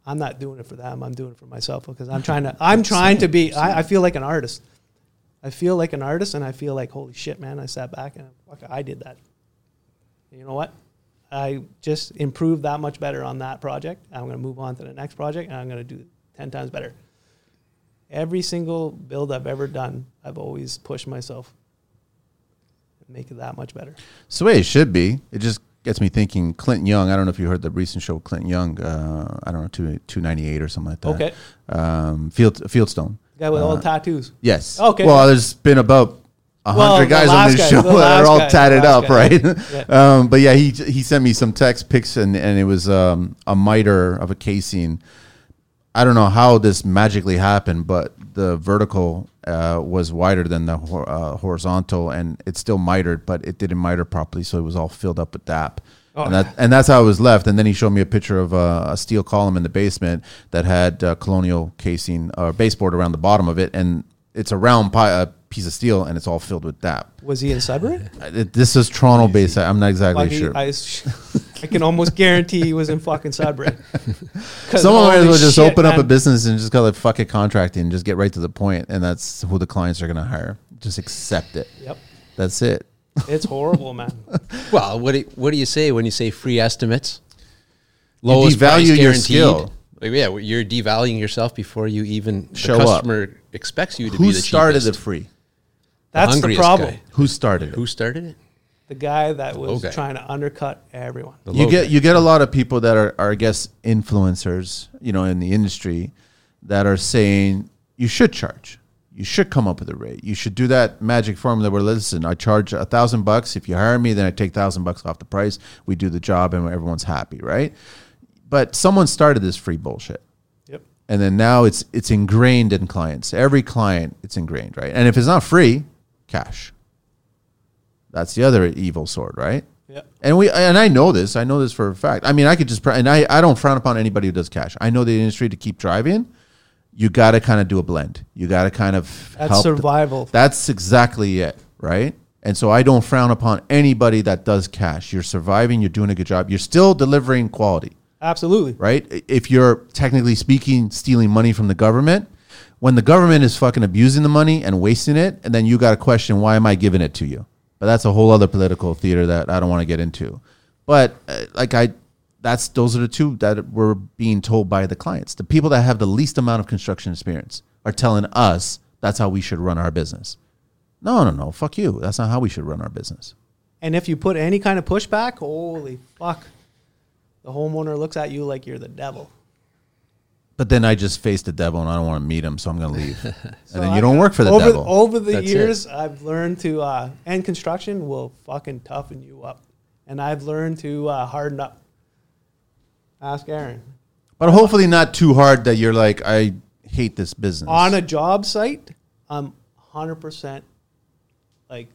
A: I'm not doing it for them. I'm doing it for myself because I'm trying to. I'm trying to be. I, I feel like an artist. I feel like an artist, and I feel like holy shit, man! I sat back and fuck, I did that. And you know what? I just improved that much better on that project. I'm going to move on to the next project, and I'm going to do ten times better. Every single build I've ever done, I've always pushed myself and make it that much better.
C: It's the way it should be. It just gets me thinking. Clinton Young. I don't know if you heard the recent show with Clinton Young. Uh, I don't know two two ninety eight or something like that.
A: Okay.
C: Um, Field Fieldstone.
A: The guy with all the tattoos.
C: Yes.
A: Okay.
C: Well, there's been about a
A: Well,
C: hundred
A: the
C: guys on
A: last
C: this
A: guy,
C: show
A: the
C: that are
A: last
C: all
A: guy, the
C: tatted
A: last
C: up,
A: guy.
C: right?
A: Yeah.
C: Um, but yeah, he he sent me some text pics and and it was um, a miter of a casing. I don't know how this magically happened, but the vertical uh, was wider than the hor- uh, horizontal, and it still mitered, but it didn't miter properly, so it was all filled up with DAP.
A: Oh,
C: and, that, and that's how it was left. And then he showed me a picture of uh, a steel column in the basement that had uh, colonial casing or baseboard around the bottom of it, and it's a round pi- uh, piece of steel, and it's all filled with DAP.
A: Was he in Sudbury?
C: Uh, it- This is Toronto based. I'm not exactly
A: Like he-
C: sure.
A: I, s- I can almost guarantee he was in fucking Sudbury. 'Cause
C: Someone might as
A: holy
C: well just
A: shit,
C: open up a
A: man.
C: business and just call it fuck it contracting and just get right to the point, And that's who the clients are going to hire. Just accept it.
A: Yep,
C: That's it.
A: it's horrible, man.
B: Well, what do, what do you say when you say free estimates?
C: You devalue your skill.
B: Like, yeah, well, you're devaluing yourself before you even
C: Show
B: the
C: up.
B: customer expects you to be
C: Who
B: the
C: started
B: cheapest.
C: it free?
A: That's the
B: hungriest
A: problem.
B: guy.
C: Who started it?
B: Who started it?
A: The guy that was
B: guy.
A: trying to undercut everyone.
B: The
C: You
B: low
C: get
B: guy.
C: you get a lot of people that are, are I guess influencers, you know, in the industry that are saying you should charge. You should come up with a rate. You should do that magic formula where listen, I charge a thousand bucks. If you hire me, then I take thousand bucks off the price. We do the job and everyone's happy, right? But someone started this free bullshit.
A: Yep.
C: and then now it's it's ingrained in clients. Every client, it's ingrained, right? And if it's not free, cash. That's the other evil sword, right?
A: Yep.
C: And we and I know this. I know this for a fact. I mean, I could just pr- and I I don't frown upon anybody who does cash. I know the industry to keep driving. You got to kind of do a blend. You got to kind of
A: That's
C: help the-
A: survival.
C: that's exactly it, right? And so I don't frown upon anybody that does cash. You're surviving. You're doing a good job. You're still delivering quality
A: Absolutely.
C: right? I- If you're technically speaking stealing money from the government, when the government is fucking abusing the money and wasting it, and then you got to question why am I giving it to you? But that's a whole other political theater that I don't want to get into. But uh, like I, that's those are the two that we're being told by the clients. The people that have the least amount of construction experience are telling us that's how we should run our business. No, no, no. Fuck you. That's not how we should run our business.
A: And if you put any kind of pushback, holy fuck, the homeowner looks at you like you're the devil.
C: But then I just face the devil and I don't want to meet him, so I'm going to leave. and then
A: So
C: you
A: I-
C: don't work for the
A: over,
C: devil.
A: Over the
B: That's it.
A: years, I've learned to, uh, and construction will fucking toughen you up. And I've learned to uh, harden up. Ask Aaron.
C: But hopefully not too hard that you're like, I hate this business.
A: On a job site, I'm 100% like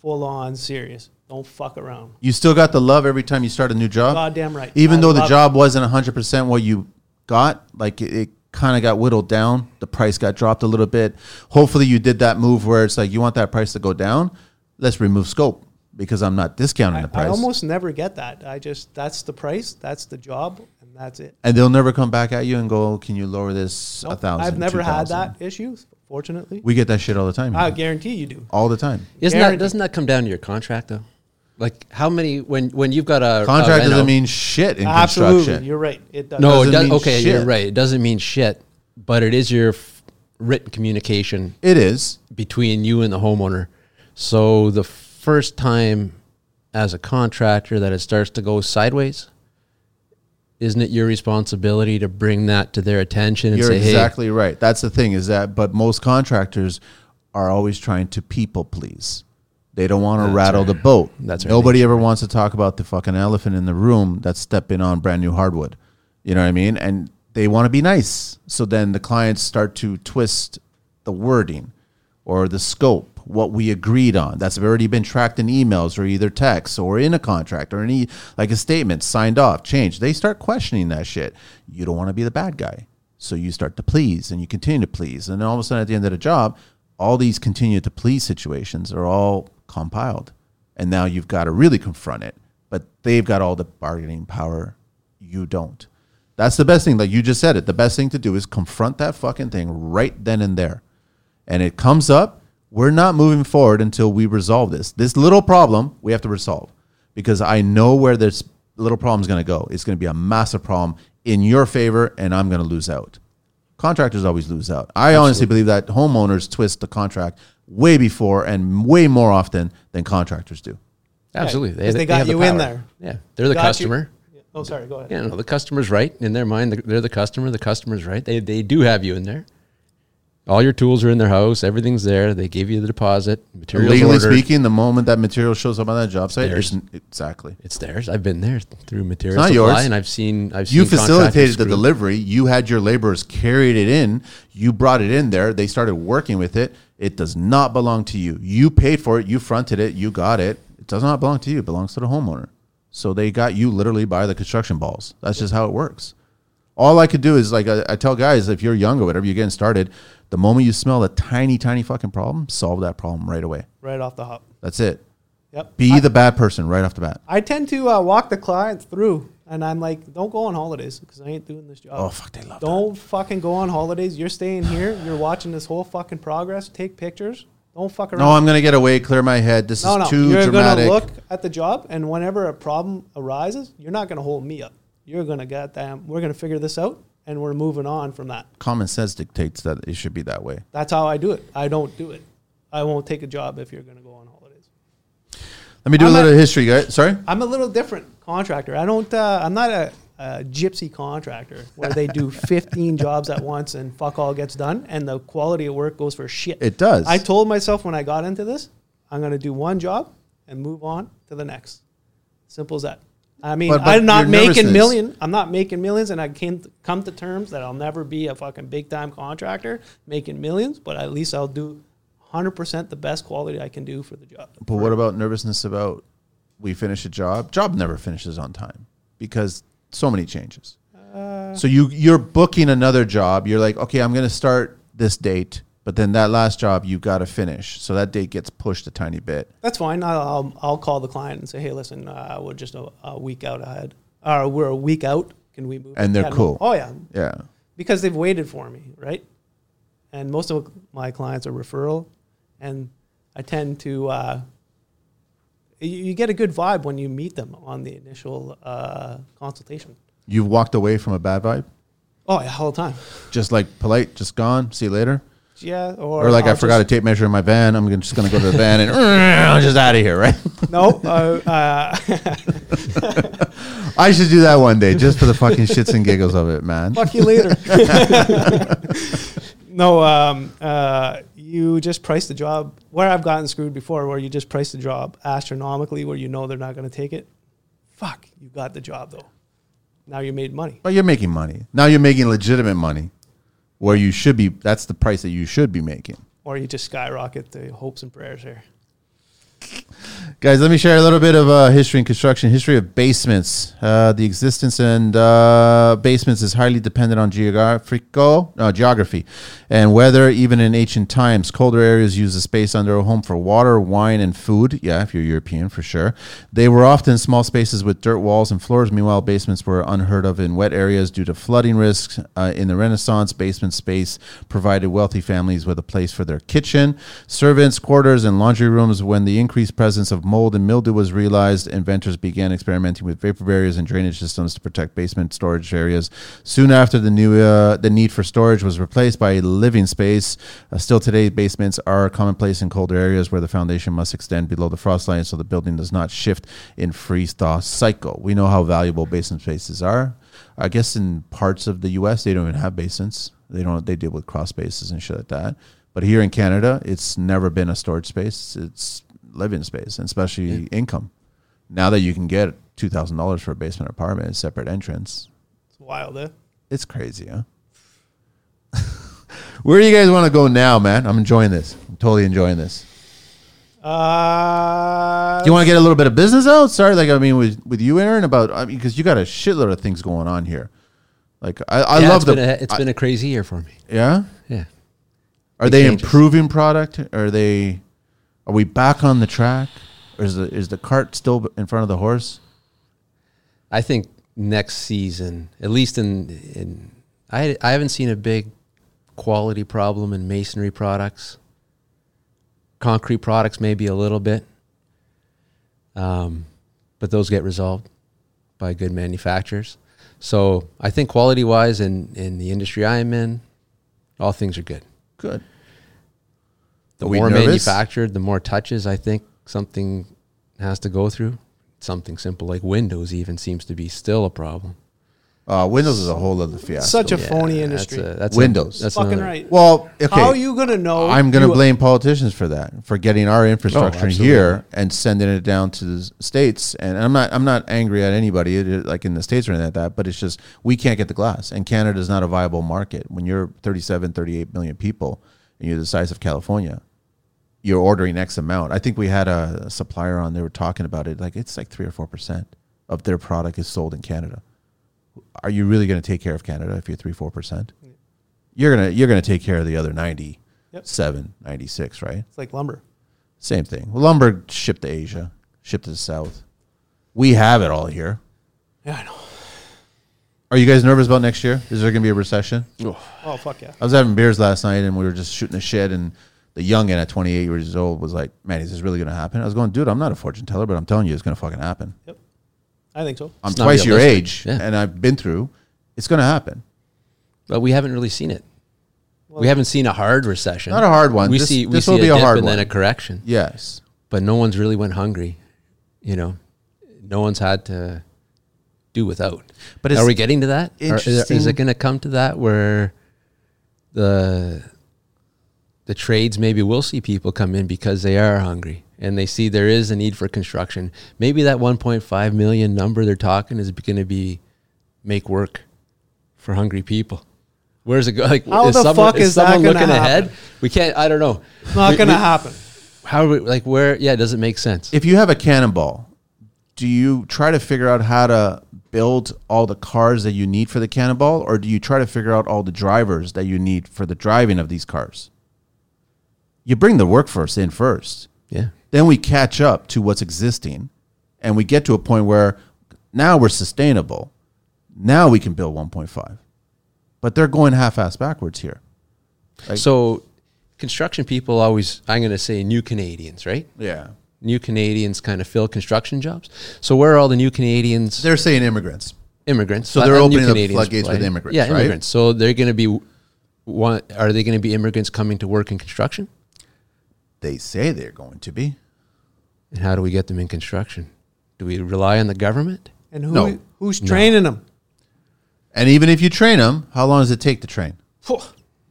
A: full on serious. Don't fuck around.
C: you still got the love every time you start a new job.
A: Goddamn right.
C: Even
A: I
C: though the
A: love
C: job wasn't 100% what you got, like it, it kind of got whittled down. The price got dropped a little bit. Hopefully you did that move where it's like, you want that price to go down? Let's remove scope because I'm not discounting the
A: I
C: price.
A: almost never get that. I just that's the price, that's the job, and that's it.
C: and they'll never come back at you and go, can you lower this a
A: Nope.
C: thousand?
A: I've never had
C: 2,000?"
A: that issue, fortunately.
C: We get that shit all the time.
A: I
C: here.
A: guarantee you do.
C: all the time.
B: Isn't that,
A: Guaranteed.
B: doesn't that come down to your contract though? Like how many when when you've got a a
C: Contract
B: reno-
C: doesn't mean shit in
A: Absolutely,
C: construction.
A: you're right. It does.
B: no.
C: doesn't
B: It does,
C: mean
B: okay, you're
C: shit.
B: right. It doesn't mean shit, but it is your f- written communication
C: It is.
B: between you and the homeowner. So the first time as a contractor that it starts to go sideways, isn't it your responsibility to bring that to their attention and
C: You're
B: say,
C: exactly right. That's the thing is that, but most contractors are always trying to people please. They don't want to rattle the boat.
B: that's our
C: nobody ever wants to talk about the fucking elephant in the room that's stepping on brand new hardwood. You know what I mean? And they want to be nice. So then the clients start to twist the wording or the scope, what we agreed on. That's already been tracked in emails or either texts or in a contract or any like a statement signed off, changed. They start questioning that shit. You don't want to be the bad guy. So you start to please and you continue to please. And then all of a sudden at the end of the job, all these continue to please situations are all compiled. And now you've got to really confront it. But they've got all the bargaining power. You don't. That's the best thing. Like you just said it. The best thing to do is confront that fucking thing right then and there and it comes up, we're not moving forward until we resolve this. This little problem we have to resolve because I know where this little problem's going to go. It's going to be a massive problem in your favor, and I'm going to lose out. Contractors always lose out. I honestly believe that homeowners twist the contract way before and way more often than contractors do.
B: Absolutely.
A: Because they got
B: have the
A: you in
B: power.
A: there.
B: Yeah. They're the
A: Got you.
B: customer.
A: Oh, sorry. Go ahead.
B: Yeah, no, the customer's right in their mind. They're the customer. The customer's right. They they do have you in there. All your tools are in their house. Everything's there. They give you the deposit. Materials
C: Legally
B: ordered.
C: speaking, the moment that material shows up on that job site,
B: Theirs.
C: it's, exactly.
B: it's theirs. I've been there through materials
C: not
B: supply,
C: yours.
B: and I've seen. I've
C: You
B: seen contractors
C: facilitated the
B: screw-
C: delivery. You had your laborers carried it in. You brought it in there. They started working with it. It does not belong to you. You paid for it. You fronted it. You got it. It does not belong to you. It belongs to the homeowner. So they got you literally by the construction balls. That's just how it works. All I could do is like I, I tell guys, if you're young or whatever, you're getting started. The moment you smell a tiny, tiny fucking problem, solve that problem right away.
A: Right off the hop.
C: That's it.
A: Yep.
C: Be the bad person right off the bat.
A: I tend to uh, walk the clients through, and I'm like, "Don't go on holidays because I ain't doing this job."
C: Oh fuck, they love that.
A: Don't fucking go on holidays. You're staying here. You're watching this whole fucking progress. Take pictures. Don't fuck around.
C: No, I'm gonna get away. Clear my head. This
A: no,
C: is
A: no.
C: too
A: you're
C: dramatic.
A: gonna look at the job, and whenever a problem arises, you're not gonna hold me up. You're gonna goddamn. We're gonna figure this out, and we're moving on from that.
C: common sense dictates that it should be that way.
A: That's how I do it. I don't do it. I won't take a job if you're gonna go on holidays.
C: Let me do
A: I'm
C: a little
A: not-
C: history, guys. Sorry.
A: I'm a little different contractor. I don't. Uh, I'm not a, a gypsy contractor where they do 15 jobs at once and fuck all gets done, and the quality of work goes for shit.
C: It does.
A: I told myself when I got into this, I'm going to do one job and move on to the next. Simple as that. I mean,
C: But- but
A: I'm not
C: your
A: making
C: nervousness-
A: million. I'm not making millions, and I can come to terms that I'll never be a fucking big time contractor making millions. But at least I'll do 100 percent the best quality I can do for the job.
C: But what about nervousness about we finish a job? Job never finishes on time because so many changes.
A: Uh,
C: so you you're booking another job. You're like, okay, I'm gonna start this date, but then that last job you got to finish. So that date gets pushed a tiny bit.
A: That's fine. I'll, I'll, I'll call the client and say, hey, listen, uh, we're just a, a week out ahead. Or we're a week out. Can we move?
C: And they're
A: Yeah, no.
C: cool.
A: Oh, yeah.
C: Yeah.
A: Because they've waited for me, right? And most of my clients are referral. And I tend to, uh, you, you get a good vibe when you meet them on the initial uh, consultation.
C: You've walked away from a bad vibe,
A: Oh, yeah, all the time.
C: just like polite, just gone. See you later.
A: Yeah. Or,
C: Or like I
A: I'll
C: forgot a
A: just-
C: tape measure in my van. I'm gonna- just gonna go to the van and I'm just out of here, right?
A: No. Uh, uh,
C: I should do that one day just for the fucking shits and giggles of it, man.
A: fuck you later. no, um, uh, you just price the job where I've gotten screwed before, where you just price the job astronomically, where you know they're not going to take it. Fuck, you got the job though. Now you made money.
C: But you're making money. Now you're making legitimate money where you should be. That's the price that you should be making.
A: Or you just skyrocket the hopes and prayers here.
C: Guys, let me share a little bit of uh, history and construction. History of basements. Uh, the existence and uh, basements is highly dependent on geographical uh, geography and weather. Even in ancient times, colder areas used the space under a home for water, wine, and food. Yeah, if you're European, for sure. They were often small spaces with dirt walls and floors. Meanwhile, basements were unheard of in wet areas due to flooding risks. Uh, in the Renaissance, basement space provided wealthy families with a place for their kitchen, servants' quarters, and laundry rooms. When the increased presence of mold and mildew was realized, inventors began experimenting with vapor barriers and drainage systems to protect basement storage areas. Soon after, the new uh, the need for storage was replaced by living space. Uh, still today, basements are commonplace in colder areas where the foundation must extend below the frost line so the building does not shift in freeze thaw cycle. We know how valuable basement spaces are. I guess in parts of the U.S. they don't even have basements. They don't. They deal with cross spaces and shit like that. But here in Canada, it's never been a storage space. It's living space, and especially income. Now that you can get two thousand dollars for a basement apartment, a separate entrance,
A: It's wild, eh?
C: it's crazy, huh? Where do you guys want to go now, man? I'm enjoying this. I'm totally enjoying this.
A: Uh,
C: Do you want to get a little bit of business out? Sorry, like I mean, with with you, Aaron, about I mean, because you got a shitload of things going on here. Like I, I
B: Yeah,
C: love
B: it's
C: the
B: Been a, it's
C: I-
B: been a crazy year for me.
C: yeah.
B: Yeah.
C: Are
B: It
C: they
B: changes.
C: improving product? Are they? Are we back on the track? Or is the is the cart still in front of the horse?
B: I think next season, at least in in I I haven't seen a big quality problem in masonry products. Concrete products maybe a little bit. Um, but those get resolved. by good manufacturers. So I think quality wise, in in the industry I am in, all things are good.
C: Good.
B: The
C: Are we
B: more
C: nervous?
B: manufactured, the more touches I think something has to go through. Something simple like Windows even seems to be still a problem.
C: Uh, Windows is a whole other fiasco.
A: Such a
B: Yeah,
A: phony
B: that's
A: industry.
B: a- that's a-
C: Windows.
B: that's
A: Fucking
B: another-
A: right.
C: well, okay.
A: How are you gonna know?
C: I'm going to
A: you-
C: blame politicians for that, for getting our infrastructure in
B: absolutely.
C: here and sending it down to the s- states. And I'm not, I'm not angry at anybody, it is- like in the states or anything like that. But it's just we can't get the glass, and Canada is not a viable market. When you're 37, 38 million people, and you're the size of California, you're ordering X amount. I think we had a supplier on; they were talking about it. Like it's like three or four percent of their product is sold in Canada. Are you really going to take care of Canada if you're three, four percent? You're gonna you're gonna take care of the other ninety
A: Yep.
C: seven, ninety six, right?
A: It's like lumber.
C: Same thing. Lumber shipped to Asia, shipped to the South. We have it all here.
A: Yeah, I know.
C: Are you guys nervous about next year? Is there going to be a recession?
A: Oh fuck yeah.
C: I was having beers last night and we were just shooting the shit. And the youngin at 28 years old was like, "Man, is this really going to happen?" I was going, "Dude, I'm not a fortune teller, but I'm telling you, it's going to fucking happen.
A: Yep. I think so.
C: I'm
B: It's not
C: twice your
B: realistic.
C: age,
B: Yeah.
C: and I've been through. It's going to happen.
B: But we haven't really seen it. we haven't seen a hard recession.
C: Not a hard one.
B: We
C: This-
B: see we
C: this
B: see
C: will
B: a
C: be a
B: dip
C: hard
B: and then
C: one.
B: a correction.
C: Yes,
B: But no one's really went hungry. You know, no one's had to do without.
C: But
B: But
C: it's
B: are we getting to that? Or is- Is,
C: interesting-
B: it going to come to that where the the trades maybe will see people come in because they are hungry and they see there is a need for construction. Maybe that 1.5 million number they're talking is going to be make work for hungry people. Where's it go? Like,
A: How the
B: someone,
A: fuck is that
B: someone
A: gonna
B: looking ahead?
A: happen?
B: We can't. I don't know.
A: It's not
B: We-
A: gonna
B: we-
A: happen.
B: How? Are we, like where? Yeah, does it make sense?
C: if you have a cannonball, do you try to figure out how to build all the cars that you need for the cannonball, or do you try to figure out all the drivers that you need for the driving of these cars? You bring the workforce in first.
B: yeah.
C: Then we catch up to what's existing and we get to a point where now we're sustainable. Now we can build 1.5. But they're going half ass backwards here. Like-
B: so, construction people always. I'm going to say new Canadians, right?
C: Yeah.
B: New Canadians kind of fill construction jobs. So where are all the new Canadians?
C: They're saying immigrants.
B: immigrants.
C: So
B: uh,
C: they're
B: uh, new
C: opening up
B: Canadians,
C: floodgates with
B: right?
C: immigrants,
B: Yeah,
C: right?
B: immigrants. So they're going to be. One, are they going to be immigrants coming to work in construction?
C: They say they're going to be.
B: And how do we get them in construction? Do we rely on the government?
A: And who
C: No.
A: who's training them?
C: And even if you train them, how long does it take to train?
A: Phew.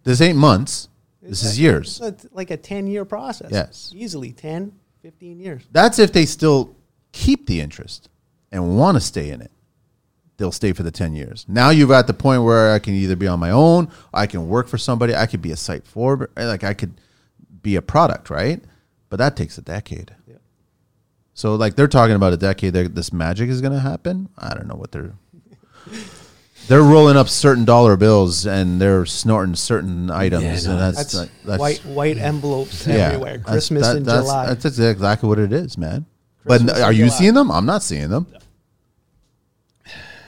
C: This ain't months. This is years.
A: It's like a 10 year process.
C: Yes.
A: Easily 10, 15 years.
C: That's if they still keep the interest and want to stay in it. They'll stay for the 10 years. Now you're at the point where I can either be on my own, I can work for somebody, I could be a site for, like I could be a product, right? But that takes a decade.
A: Yeah.
C: So, like, they're talking about a decade that this magic is going to happen. I don't know what they're. They're rolling up certain dollar bills and they're snorting certain items.
B: Yeah, no,
C: and that's,
A: That's,
C: like- that's
A: white white envelopes everywhere.
C: that's-
A: Christmas
C: that-
A: in
C: that's,
A: July.
C: That's ex- exactly what it is, man.
A: Christmas
C: but
A: in
C: n- are you
A: July.
C: seeing them? I'm not seeing them.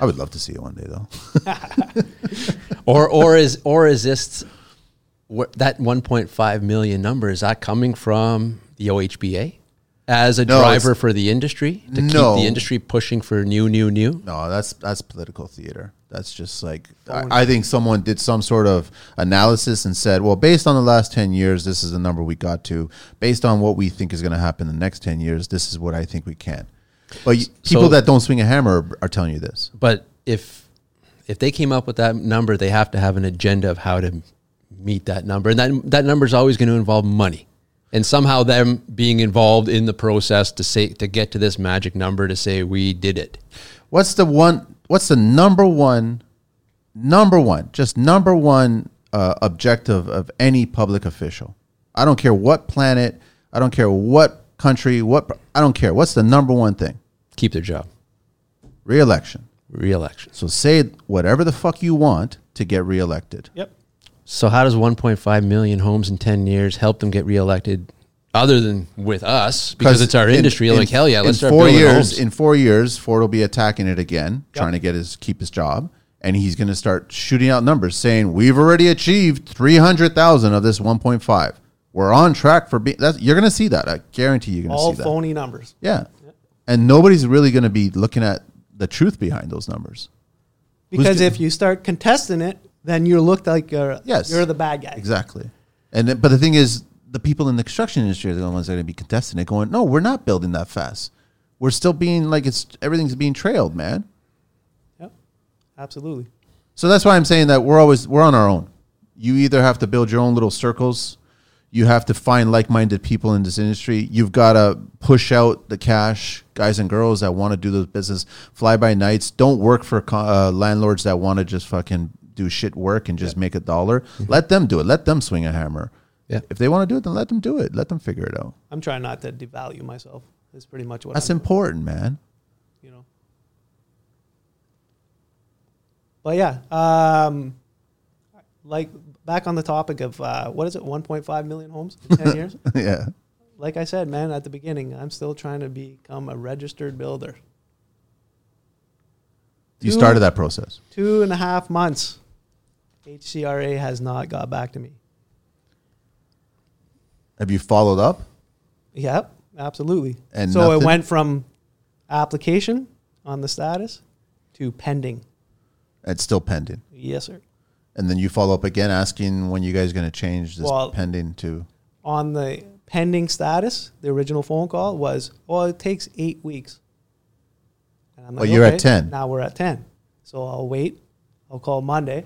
C: I would love to see it one day, though.
B: or or is or is this wh- that 1.5 million number is that coming from the OHBA as a
C: No, it's-
B: driver for the industry to
C: No.
B: keep the industry pushing for new new new
C: No, that's that's political theater. That's just like I, I think someone did some sort of analysis and said, well, based on the last ten years, this is the number we got to. Based on what we think is going to happen in the next ten years, this is what I think we can. But y people
B: so-
C: that don't swing a hammer are, are telling you this.
B: but if if they came up with that number they have to have an agenda of how to meet that number and that that number is always going to involve money and somehow them being involved in the process to say to get to this magic number to say we did it
C: What's the one? What's the number one? Number one, just number one uh, objective of any public official. I don't care what planet. I don't care what country. What I don't care. What's the number one thing?
B: keep their job
C: Re-election.
B: reelection
C: So say whatever the fuck you want to get reelected.
A: yep.
B: So how does 1.5 million homes in 10 years help them get reelected, other than with us because it's our
C: in-
B: industry?
C: in-
B: like hell yeah,
C: in
B: let's start
C: four
B: building
C: years.
B: homes.
C: In four years, Ford will be attacking it again, trying to get his keep his job, and he's going to start shooting out numbers saying we've already achieved three hundred thousand of this one point five. We're on track for being. That's, you're going to see that. I guarantee you're going to
A: All
C: see that.
A: phony numbers.
C: Yeah, and nobody's really going to be looking at the truth behind those numbers.
A: Because
C: gonna-
A: if you start contesting it, then you look like you're,
C: Yes.
A: you're the bad guy.
C: Exactly. And th- but the thing is, the people in the construction industry are the ones that are going to be contesting it, going, "No, we're not building that fast. We're still being like it's everything's being trailed, man."
A: Yep. Absolutely.
C: So that's why I'm saying that we're always we're on our own. You either have to build your own little circles, you have to find like-minded people in this industry. You've got to push out the cash, guys and girls that want to do the business fly by nights. Don't work for co- uh, landlords that want to just fucking do shit work and just make a dollar. Let them do it. Let them swing a hammer.
B: Yeah.
C: If they want to do it, then let them do it. Let them figure it out.
A: I'm trying not to devalue myself. That's pretty much what
C: That's
A: I'm
C: important, man.
A: you know. But yeah, um, like back on the topic of uh, what is it, 1.5 million homes in 10 years?
C: yeah.
A: Like I said, man, at the beginning, I'm still trying to become a registered builder.
C: You
A: Dude.
C: started that process.
A: Two and a half months, HCRA has not got back to me.
C: Have you followed up?
A: Yep, absolutely.
C: And
A: so
C: nothing?
A: it went from application on the status to pending.
C: It's still pending.
A: Yes, sir.
C: And then you follow up again asking when you guys going to change this
A: Well-
C: pending to.
A: on the pending status, the original phone call was, "Oh, it takes eight weeks." And I'm
C: Oh, you're at 10.
A: Now we're at ten, so I'll wait. I'll call Monday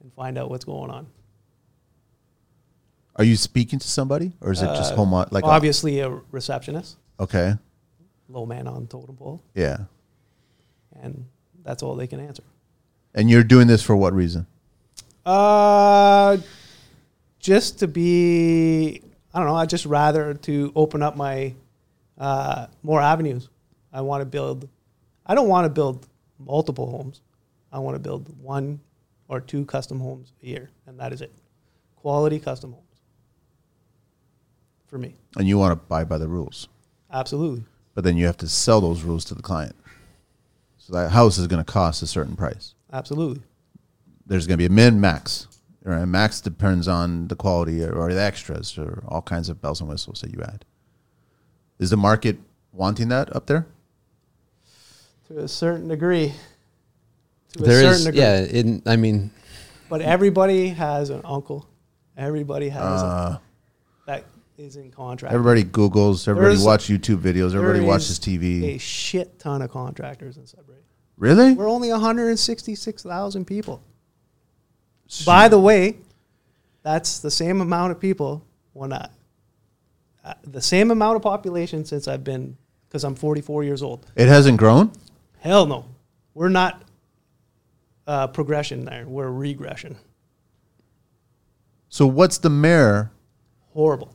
A: and find out what's going on.
C: Are you speaking to somebody or is it just
A: Uh,
C: home on- like
A: Obviously, a receptionist,
C: okay.
A: low man on totem pole,
C: Yeah.
A: and that's all they can answer.
C: And you're doing this for what reason?
A: Uh, just to be, I don't know. I just rather to open up my uh, more avenues. I want to build. I don't want to build multiple homes. I want to build one or two custom homes a year, and that is it. Quality custom homes for me,
C: And you want to abide by the rules.
A: absolutely.
C: But then you have to sell those rules to the client. So that house is going to cost a certain price.
A: Absolutely.
C: There's going to be a min max. Or a max depends on the quality or, or the extras or all kinds of bells and whistles that you add. Is the market wanting that up there?
A: To a certain degree. To
B: There is, yeah. In, I mean,
A: But everybody has an uncle. Everybody has
C: Uh,
A: a, that is in contract.
C: Everybody Googles. Everybody
A: is-
C: watch YouTube videos. Everybody
A: There
C: watches
A: is
C: TV.
A: A shit ton of contractors in Sudbury.
C: Really?
A: We're only 166,000 people. By the way, that's the same amount of people when I, uh, the same amount of population since I've been, because I'm 44 years old.
C: It hasn't grown.
A: Hell no. We're not uh, progression there. We're regression.
C: So what's the mayor?
A: Horrible.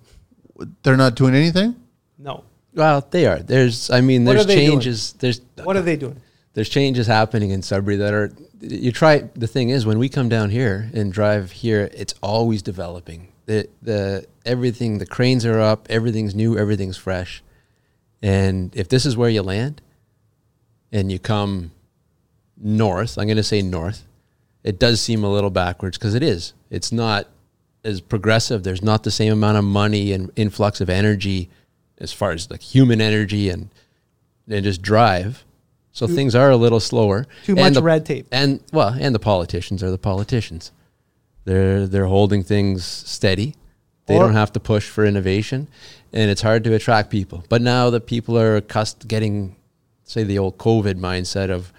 C: They're not doing anything.
A: No.
B: well, they are. There's, I mean,
A: What
B: there's
A: are they doing?
B: changes. There's
A: What are they doing?
B: there's changes happening in Sudbury that are you try the thing is when we come down here and drive here it's always developing the the everything the cranes are up everything's new everything's fresh and if this is where you land and you come north I'm going to say north it does seem a little backwards because it is it's not as progressive there's not the same amount of money and influx of energy as far as like human energy and and just drive. So things are a little slower.
A: Too
B: And
A: much
B: the-
A: red tape.
B: And well, and the politicians are the politicians. They're they're holding things steady. They
A: Or-
B: don't have to push for innovation, and it's hard to attract people. But now the people are accustomed getting, say, the old COVID mindset of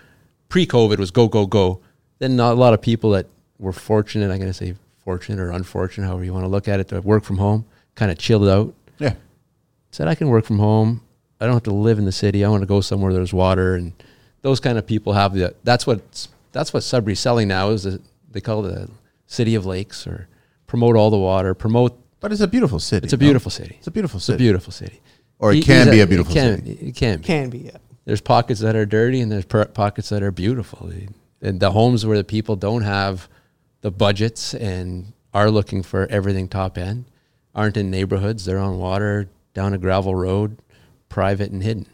B: pre-COVID was go go go. Then not a lot of people that were fortunate. I'm going to say fortunate or unfortunate, however you want to look at it, to work from home, kind of chilled out
C: Yeah.
B: said I can work from home. I don't have to live in the city. I want to go somewhere there's water and those kind of people have the that's what that's what Sudbury's selling now is the, they call it the city of lakes or promote all the water, promote
C: But it's a beautiful city.
B: it's a
C: no?
B: beautiful city.
C: It's a beautiful
B: It's a
C: city.
B: beautiful city.
C: Or it
B: He-
C: can
B: he's
C: be a beautiful
B: it can, It can be.
A: Can be. Yeah.
B: There's pockets that are dirty and there's per- pockets that are beautiful. And the homes where the people don't have the budgets and are looking for everything top end aren't in neighborhoods. They're on water, down a gravel road, private and hidden.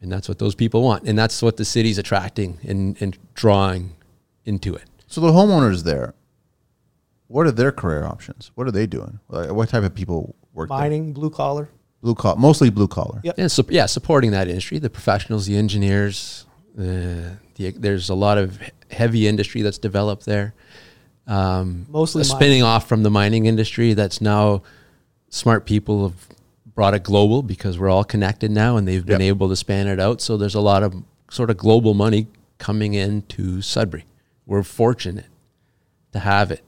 B: And that's what those people want. And that's what the city's attracting and, and drawing into it.
C: so the homeowners there. What are their career options? What are they doing? Like, what type of people work there?
A: Mining, blue collar.
C: Blue collar, mostly blue collar.
A: Yep.
B: And so, yeah, supporting that industry, the professionals, the engineers, the, the there's a lot of heavy industry that's developed there. Um,
A: Mostly
B: a
A: mine.
B: spinning off from the mining industry that's now smart people have brought it global because we're all connected now and they've been
C: Yep.
B: able to span it out. So there's a lot of sort of global money coming into Sudbury. We're fortunate to have it.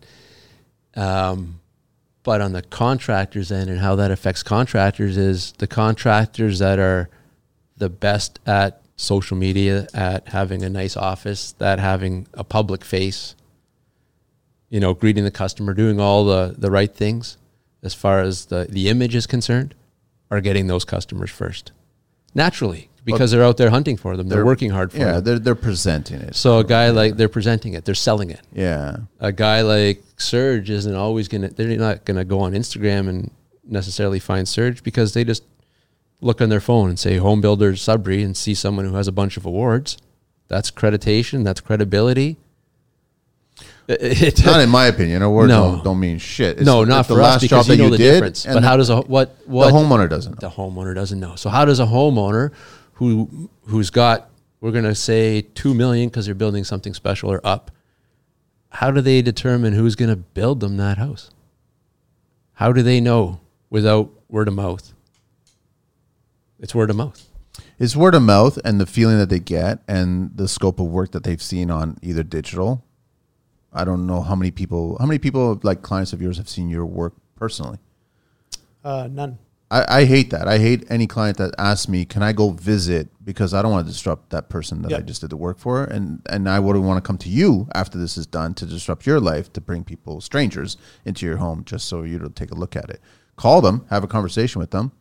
B: Um, but on the contractors end and how that affects contractors is the contractors that are the best at social media, at having a nice office, that having a public face, you know, greeting the customer, doing all the, the right things as far as the, the image is concerned, are getting those customers first. Naturally, because they're out there hunting for them. They're, working hard for
C: Yeah,
B: them.
C: they're they're presenting it.
B: So a guy like they're presenting it, they're selling it
C: yeah,
B: a guy like Serge isn't always gonna they're not gonna go on Instagram and necessarily find Serge because they just look on their phone and say home builder Sudbury and see someone who has a bunch of awards. That's creditation, that's credibility. It- it-
C: not in my opinion. Awards
B: No.
C: don't, don't mean shit. It's
B: no,
C: the-
B: not
C: it's
B: for us because you know the difference.
C: and
B: But
C: the-
B: how does a what what
C: the homeowner doesn't know?
B: the homeowner doesn't know. So how does a homeowner who who's got we're going to say 2 million cuz they're building something special or up how do they determine who's going to build them that house? How do they know without word of mouth? It's word of mouth.
C: It's word of mouth and the feeling that they get and the scope of work that they've seen on either digital. I don't know how many people, how many people like clients of yours have seen your work personally.
A: Uh, none.
C: I, I hate that. I hate any client that asks me, "Can I go visit?" Because I don't want to disrupt that person that I
A: Yeah.
C: just did the work for, and and I wouldn't want to come to you after this is done to disrupt your life to bring people, strangers, into your home just so you to take a look at it. Call them, have a conversation with them.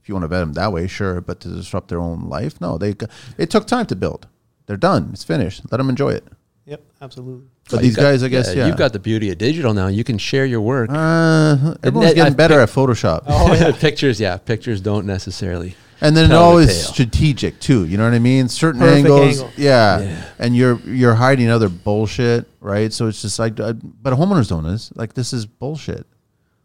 C: If you want to vet them that way, sure. But to disrupt their own life, no. They it took time to build. They're done. It's finished. Let them enjoy it.
A: Yep, absolutely.
C: But
B: Well,
C: these
B: you've got-
C: guys, I guess, yeah.
B: You've got the beauty of digital now. You can share your work.
C: uh, everyone's
B: that-
C: getting
B: I-
C: better at Photoshop.
B: pictures, yeah, pictures don't necessarily.
C: Oh, and then it
B: tell the
C: always
B: tale.
C: strategic too. You know what I mean? Certain
A: Perfect
C: angles,
A: angle.
C: Yeah. And you're you're hiding other bullshit, right? So it's just like, I, but homeowners don't know this. Like this is bullshit.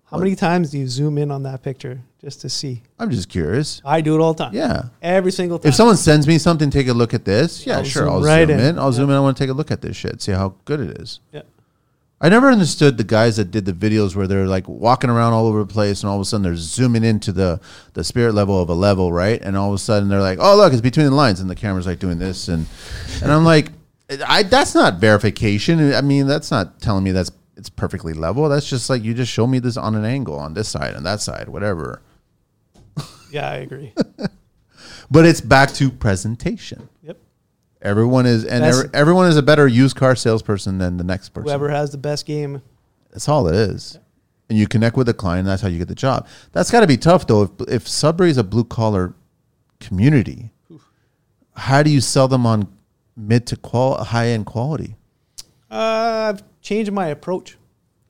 A: How many times do you zoom in on that picture just to see?
C: I'm just curious.
A: I do it all the time.
C: Yeah.
A: Every single time.
C: If someone sends me something, take a look at this. Yeah,
A: I'll
C: sure.
A: zoom
C: I'll
A: right
C: zoom
A: in.
C: in. I'll zoom in. I want to take a look at this shit. See how good it is.
A: yeah.
C: I never understood the guys that did the videos where they're like walking around all over the place and all of a sudden they're zooming into the, the spirit level of a level, right? And all of a sudden they're like, oh, look, it's between the lines. And the camera's like doing this. And, and I'm like, I, that's not verification. I mean, that's not telling me that's it's perfectly level. That's just like you just show me this on an angle on this side and that side, whatever.
A: Yeah, I agree.
C: But it's back to presentation.
A: yep.
C: Everyone is and
A: That's-
C: every, everyone is a better used car salesperson than the next person.
A: Whoever has the best game.
C: That's all it is. And you connect with the client. That's how you get the job. That's got to be tough though. If, if Sudbury is a blue collar community, how do you sell them on mid to qual high end quality?
A: Uh, I've changed my approach.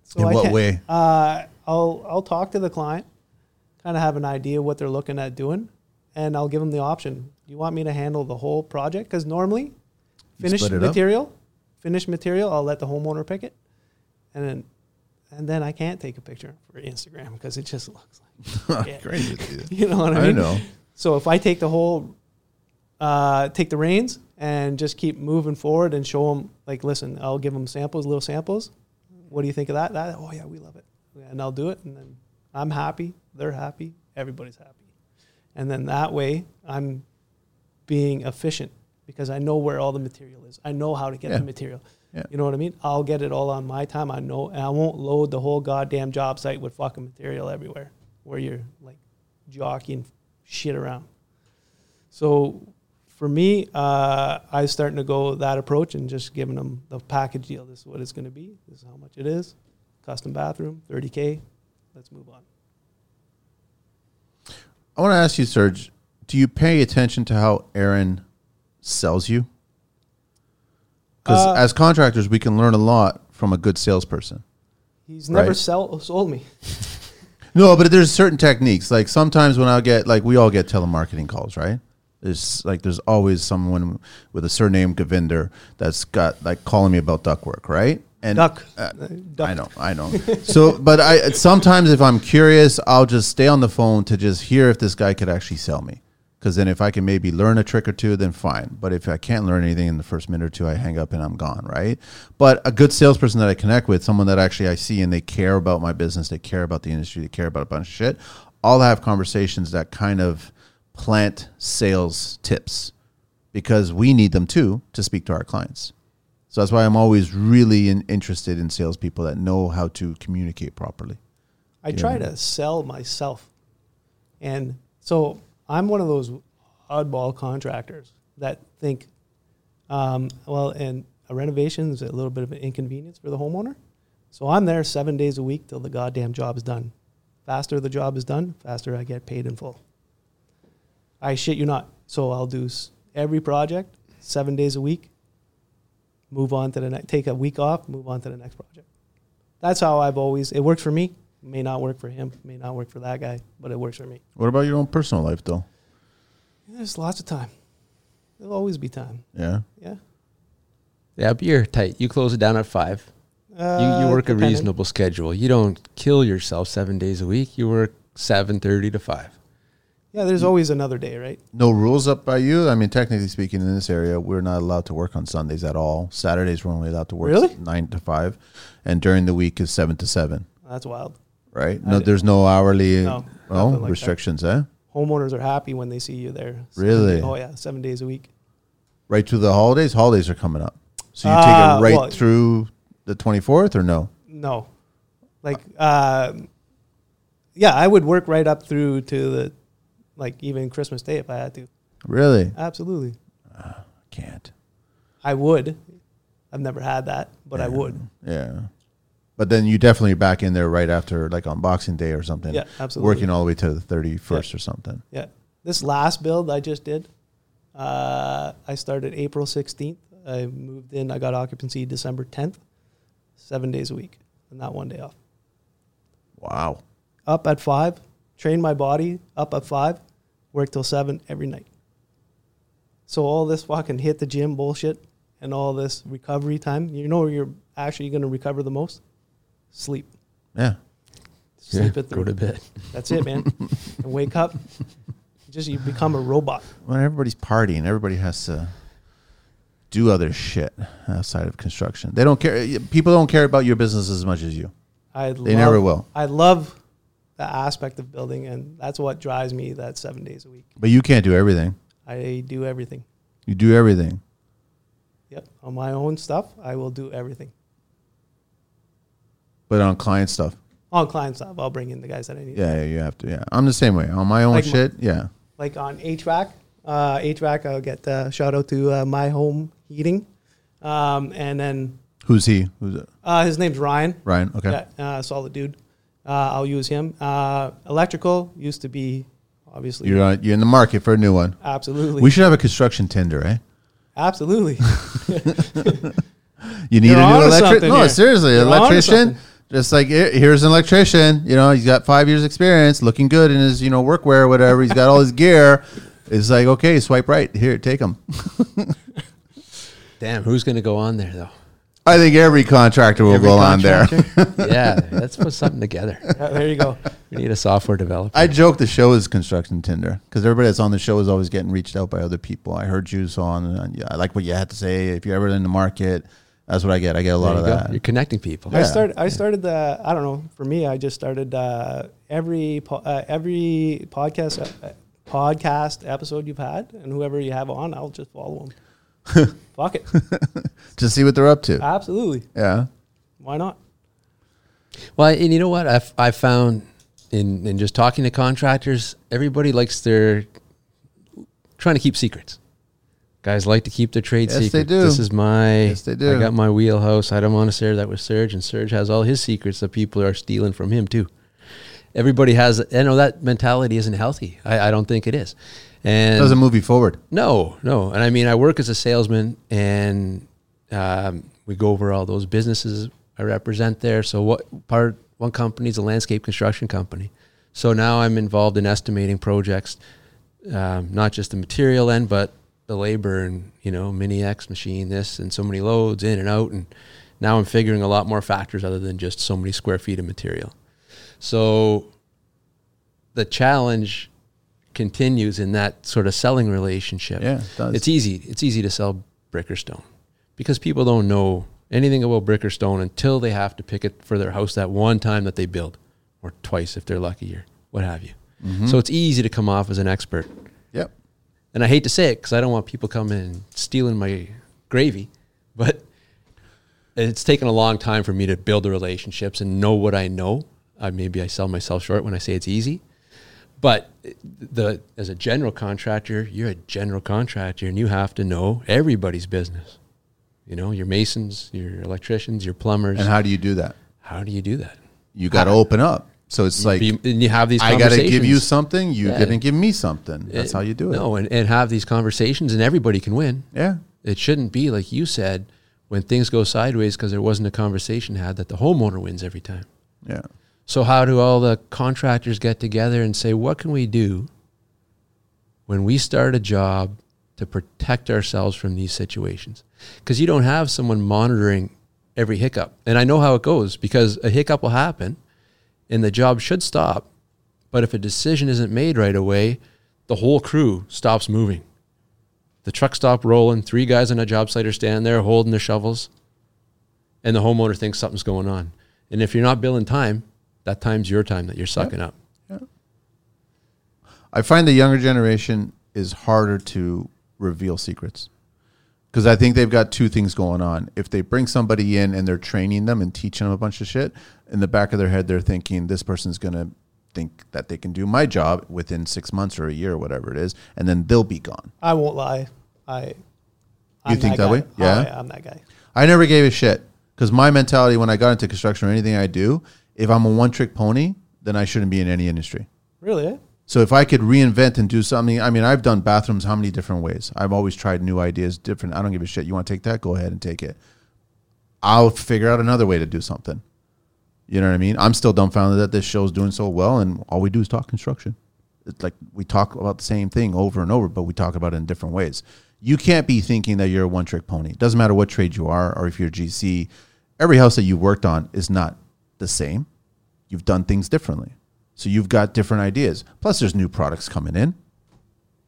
A: So
C: In what
A: can't-
C: way?
A: Uh, I'll I'll talk to the client, kind of have an idea what they're looking at doing, and I'll give them the option. Do you want me to handle the whole project? Because normally, finished
C: split it up?
A: material, finished material, I'll let the homeowner pick it, and then and then I can't take a picture for Instagram because it just looks like shit.
C: Crazy.
A: You know what I
C: I
A: mean?
C: know.
A: So if I take the whole, uh, take the reins and just keep moving forward and show them, like, listen, I'll give them samples, little samples. What do you think of that? That? Oh yeah, we love it, and I'll do it, and then I'm happy, they're happy, everybody's happy, and then that way I'm being efficient because I know where all the material is. I know how to get
C: Yeah.
A: the material.
C: Yeah.
A: You know what I mean? I'll get it all on my time. I know, and I won't load the whole goddamn job site with fucking material everywhere, where you're like jockeying shit around. So for me, uh, I was starting to go that approach and just giving them the package deal. This is what it's going to be. This is how much it is. Custom bathroom, 30K. Let's move on.
C: I want to ask you, Serge. Do you pay attention to how Aaron sells you? Because
A: Uh,
C: as contractors, we can learn a lot from a good salesperson.
A: He's never
C: Right.
A: sell, sold me.
C: No, but there's certain techniques. Like sometimes when I get like we all get telemarketing calls, right? There's like there's always someone with a surname Govinder that's got like calling me about duck work, right? And
A: Duck.
C: uh,
A: Duck.
C: I know, I know. so, but I sometimes if I'm curious, I'll just stay on the phone to just hear if this guy could actually sell me. Because then, if I can maybe learn a trick or two, then fine. But if I can't learn anything in the first minute or two, I hang up and I'm gone, right? But a good salesperson that I connect with, someone that actually I see and they care about my business, they care about the industry, they care about a bunch of shit, I'll have conversations that kind of plant sales tips because we need them too to speak to our clients. So that's why I'm always really in, interested in salespeople that know how to communicate properly.
A: I try to sell myself. And so I'm one of those oddball contractors that think, um, well, and a renovation is a little bit of an inconvenience for the homeowner. So I'm there seven days a week till the goddamn job is done. Faster the job is done, faster I get paid in full. I shit you not. So I'll do s- every project seven days a week, move on to the next, take a week off, move on to the next project. That's how I've always, it worked for me. May not work for him, may not work for that guy, but it works for me.
C: What about your own personal life though?
A: There's lots of time. There'll always be time.
C: Yeah.
A: Yeah.
B: Yeah, but you're tight. You close it down at five.
A: Uh,
B: You, you work a
A: depending.
B: reasonable schedule. You don't kill yourself seven days a week. You work seven thirty to five.
A: Yeah, there's always another day, right?
C: No rules up by you? I mean, technically speaking, in this area, we're not allowed to work on Sundays at all. Saturdays, we're only allowed to work
A: Really?
C: nine to five, and during the week is seven to seven.
A: That's wild.
C: Right?
A: I
C: No,
A: did-
C: there's no hourly.
A: No,
C: well,
A: nothing like that.
C: restrictions, eh?
A: Homeowners are happy when they see you there. Seven
C: Really?
A: day- oh yeah, seven days a week.
C: Right to the holidays. Holidays are coming up, so you
A: Ah,
C: take it right
A: well-
C: through the twenty fourth, or no?
A: No, like, um yeah, I would work right up through to the, like even Christmas Day if I had to.
C: Really?
A: Uh, Absolutely,
C: Can't.
A: I would. I've never had that, but I would.
C: Yeah. But then you definitely are back in there right after, like on Boxing Day or something.
A: Yeah, absolutely.
C: Working all the way to the thirty first or something.
A: Yeah. This last build I just did, uh, I started April 16th. I moved in, I got occupancy December 10th, seven days a week, and not one day off.
C: Wow.
A: Up at five, train my body up at five, work till seven every night. So all this fucking hit the gym bullshit and all this recovery time, you know where you're actually going to recover the most? Sleep.
C: Yeah.
A: Sleep
B: Yeah,
A: at
B: go
A: the,
B: to bed.
A: That's it, man. and wake up. Just you become a robot.
C: when everybody's partying, everybody has to do other shit outside of construction. They don't care. People don't care about your business as much as you.
A: I
C: They never will.
A: I love the aspect of building, and that's what drives me. That seven days a week,
C: But you can't do everything.
A: I do everything.
C: You do everything.
A: Yep, on my own stuff, I will do everything.
C: But on client stuff,
A: On client stuff, I'll bring in the guys that I need.
C: yeah, yeah, you have to. Yeah, I'm the same way. On my own
A: Like my-
C: shit, yeah.
A: Like on HVAC, uh, HVAC, I'll get uh, shout out to uh, my home heating, um, and then
C: Who's he? Who's it?
A: uh, his name's Ryan.
C: Ryan? Okay.
A: Yeah, uh, solid dude. Uh, I'll use him. Uh, electrical used to be, obviously,
C: You're on, you're in the market for a new one.
A: absolutely,
C: We should have a construction tender, eh?
A: absolutely.
C: You need
A: You're
C: a new
A: onto
C: electrician.
A: something
C: No,
A: here.
C: seriously,
A: You're onto
C: electrician.
A: something.
C: Just like here- here's an electrician. You know, he's got five years experience, looking good in his you know workwear or whatever. He's got all his gear. It's like okay, swipe right here, take him.
B: Damn, who's gonna go on there though?
C: I think every contractor will
B: Every
C: go on there.
B: contractor? yeah, let's put something together.
A: Yeah, there you go.
B: We need a software developer.
C: I joke the show is construction Tinder because everybody that's on the show is always getting reached out by other people. I heard you on. and I like what you had to say. If you're ever in the market, that's what I get. I get a lot
B: There you
C: of
B: go.
C: that.
B: You're connecting people.
A: I
C: Yeah.
A: started. I started the. I don't know. For me, I just started uh, every po- uh, every podcast uh, uh, podcast episode you've had, and whoever you have on, I'll just follow them. Fuck it,
C: to see what they're up to.
A: absolutely.
C: yeah.
A: Why not?
B: Well, and you know what? I, I found in, in just talking to contractors, everybody likes their trying to keep secrets. Guys like to keep their trade
C: Yes, they
B: secrets.
C: do.
B: This is my.
C: Yes, they do.
B: I got my wheelhouse. I don't want to share that with Serge, and Serge has all his secrets that people are stealing from him too. Everybody has. You know that mentality isn't healthy. I, I don't think it is. And
C: Doesn't move you forward.
B: no, no. And I mean, I work as a salesman, and um, we go over all those businesses I represent there. So what part? One company is a landscape construction company. So now I'm involved in estimating projects, um, not just the material end, but the labor and you know mini X machine this and so many loads in and out. And now I'm figuring a lot more factors other than just so many square feet of material. So the challenge continues in that sort of selling relationship.
C: Yeah, it does.
B: It's easy. It's easy to sell brick or stone because people don't know anything about brick or stone until they have to pick it for their house that one time that they build or twice if they're lucky or what have you.
C: Mm-hmm.
B: So it's easy to come off as an expert.
C: Yep.
B: And I hate to say it because I don't want people coming and stealing my gravy, but it's taken a long time for me to build the relationships and know what I know. I, maybe I sell myself short when I say it's easy, but the as a general contractor, you're a general contractor and you have to know everybody's business. You know, your masons, your electricians, your plumbers.
C: And how do you do that?
B: How do you do that?
C: You got to open up. So it's like
B: Be- and you have these.
C: I got to give you
B: conversations.
C: something. You
B: Yeah.
C: didn't give me something. That's
B: Uh,
C: how you do it.
B: No, and, and have these conversations, and everybody can win.
C: Yeah.
B: It shouldn't be like you said when things go sideways because there wasn't a conversation had that the homeowner wins every time.
C: Yeah.
B: So how do all the contractors get together and say what can we do when we start a job to protect ourselves from these situations? Cuz you don't have someone monitoring every hiccup. And I know how it goes because a hiccup will happen and the job should stop. But if a decision isn't made right away, the whole crew stops moving. The truck stop rolling, three guys on a job site are standing there holding their shovels, and the homeowner thinks something's going on. And if you're not billing time, that time's your time that you're sucking up.
C: I find the younger generation is harder to reveal secrets because I think they've got two things going on. If they bring somebody in and they're training them and teaching them a bunch of shit, in the back of their head, they're thinking this person's going to think that they can do my job within six months or a year or whatever it is, and then they'll be gone.
A: I won't lie. I. I'm
C: think that
A: guy.
C: way? Yeah?
A: Oh, I'm that guy.
C: I never gave a shit because my mentality when I got into construction or anything I do, if I'm a one trick pony, then I shouldn't be in any industry.
A: Really? eh?
C: So if I could reinvent and do something, I mean, I've done bathrooms how many different ways? I've always tried new ideas, different. I don't give a shit. You want to take that? Go ahead and take it. I'll figure out another way to do something. You know what I mean? I'm still dumbfounded that this show's doing so well, and all we do is talk construction. It's like we talk about the same thing over and over, but we talk about it in different ways. You can't be thinking that you're a one trick pony. It doesn't matter what trade you are or if you're GC. Every house that you worked on is not the same. You've done things differently. So you've got different ideas. Plus, there's new products coming in.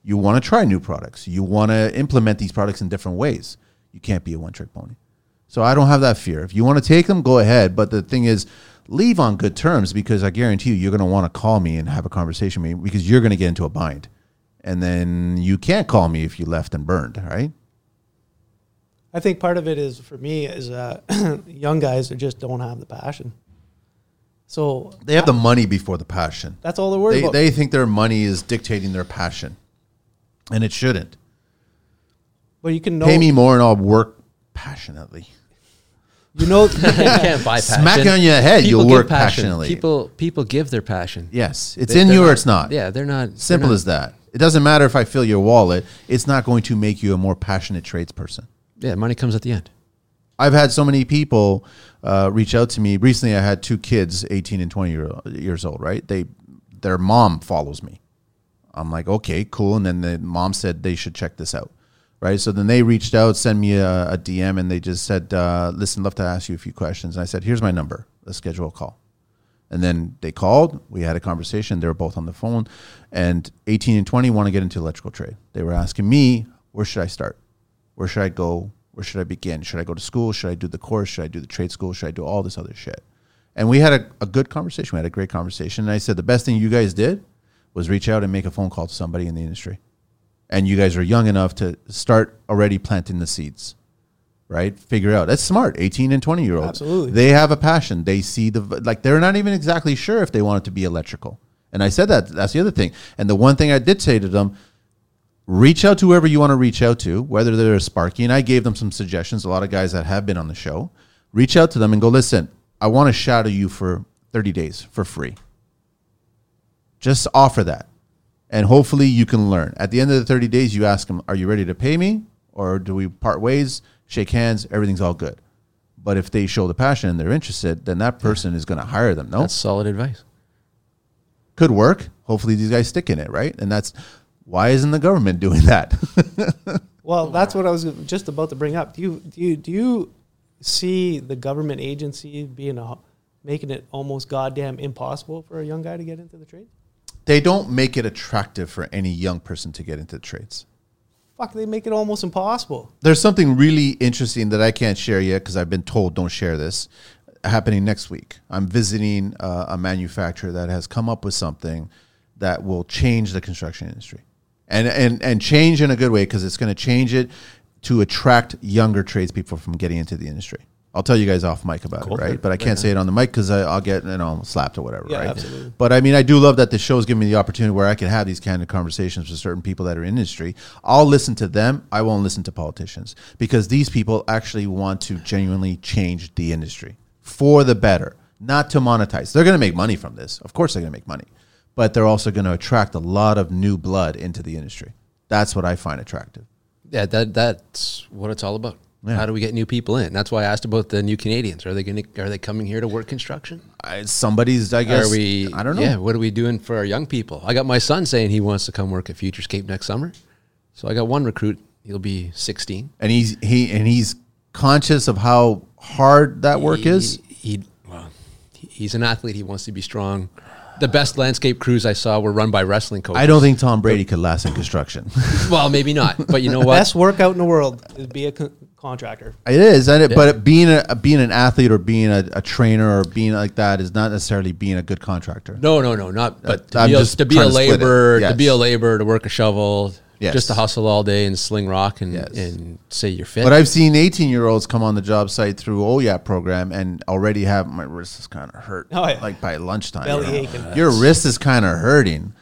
C: You want to try new products. You want to implement these products in different ways. You can't be a one trick pony. So I don't have that fear. If you want to take them, go ahead. But the thing is, leave on good terms because I guarantee you, you're going to want to call me and have a conversation with me because you're going to get into a bind. And then you can't call me if you left and burned, right?
A: I think part of it is for me is uh, young guys that just don't have the passion. So
C: They have the money before the passion.
A: that's all they're worried
C: They,
A: about.
C: they think their money is dictating their passion, and it shouldn't.
A: but you can know
C: Pay me more and I'll work passionately.
A: you know
B: you can't buy passion.
C: Smack you on your head,
B: People
C: you'll
B: give
C: work
B: passion.
C: passionately.
B: People people give their passion.
C: Yes, it's
B: They-
C: in
B: they're
C: you or it's not.
B: Yeah, they're not they're
C: Simple
B: not-
C: as that. It doesn't matter if I fill your wallet, it's not going to make you a more passionate trades person.
B: Yeah, money comes at the end.
C: I've had so many people uh, reach out to me. Recently, I had two kids, 18 and 20 year, years old, right? They, Their mom follows me. I'm like, okay, cool. And then the mom said they should check this out, right? So then they reached out, sent me a, a DM, and they just said, uh, listen, love to ask you a few questions. And I said, here's my number. Let's schedule a call. And then they called. We had a conversation. They were both on the phone, and 18 and 20 want to get into electrical trade. They were asking me, where should I start? Where should I go? Where should I begin? Should I go to school? Should I do the course? Should I do the trade school? Should I do all this other shit? And we had a, a good conversation. We had a great conversation. And I said, the best thing you guys did was reach out and make a phone call to somebody in the industry. And you guys are young enough to start already planting the seeds right? Figure out. That's smart. 18 and 20 year olds.
A: Absolutely.
C: They have a passion. They see the, like, they're not even exactly sure if they want it to be electrical. And I said that. That's the other thing. And the one thing I did say to them, reach out to whoever you want to reach out to, whether they're a Sparky. And I gave them some suggestions. A lot of guys that have been on the show, reach out to them and go, listen, I want to shadow you for 30 days for free. Just offer that. And hopefully you can learn. At the end of the 30 days, you ask them, Are you ready to pay me? Or do we part ways, shake hands, everything's all good? But if they show the passion and they're interested, then that person is going to hire them. No,
B: That's solid advice.
C: could work. Hopefully these guys stick in it, right? And that's why isn't the government doing that?
A: Well, that's what I was just about to bring up. Do you do you, do you see the government agency being a making it almost goddamn impossible for a young guy to get into the trade?
C: They don't make it attractive for any young person to get into the trades.
A: Fuck, they make it almost impossible.
C: There's something really interesting that I can't share yet because I've been told don't share this. Happening next week, I'm visiting uh, a manufacturer that has come up with something that will change the construction industry, and and and change in a good way because it's going to change it to attract younger tradespeople from getting into the industry. I'll tell you guys off mic about it, right? But I can't say it on the mic because I'll get you know slapped or whatever,
A: Yeah,
C: right?
A: absolutely.
C: But I mean, I do love that the show's giving me the opportunity where I can have these kind of conversations with certain people that are in industry. I'll listen to them. I won't listen to politicians because these people actually want to genuinely change the industry for the better, not to monetize. They're going to make money from this. Of course, they're going to make money, but they're also going to attract a lot of new blood into the industry. That's what I find attractive.
B: Yeah, that that's what it's all about.
C: Yeah.
B: How do we get new people in? That's why I asked about the new Canadians. Are they going to are they coming here to work construction?
C: I, somebody's, I guess.
B: are we
C: I don't know.
B: Yeah, what are we doing for our young people? I got my son saying he wants to come work at Futurescape next summer. So I got one recruit, he'll be 16.
C: and he's he and he's conscious of how hard that work
B: He-
C: is.
B: He, well, he- he's an athlete, he wants to be strong. The best landscape crews I saw were run by wrestling coaches.
C: I don't think Tom Brady could last in construction.
B: well, maybe not, but you know what?
A: Best workout in the world is be a con- contractor.
C: it is, and it, but being a being an athlete or being a, a trainer or being like that is not necessarily being a good contractor.
B: No, no, no, not. But to
C: I'm
B: be, a,
C: just
B: to be
C: trying
B: a
C: to split it.
B: laborer, to be a
C: Yes.
B: laborer, to work a shovel,
C: Yes.
B: just to hustle all day and sling rock and,
C: Yes.
B: and say you're fit.
C: But I've seen 18 year olds come on the job site through OYAP program and already have my wrist is kind of hurt.
A: Oh, yeah.
C: Like by lunchtime.
A: Belly
C: you know.
A: aching.
C: Your wrist is kind of hurting.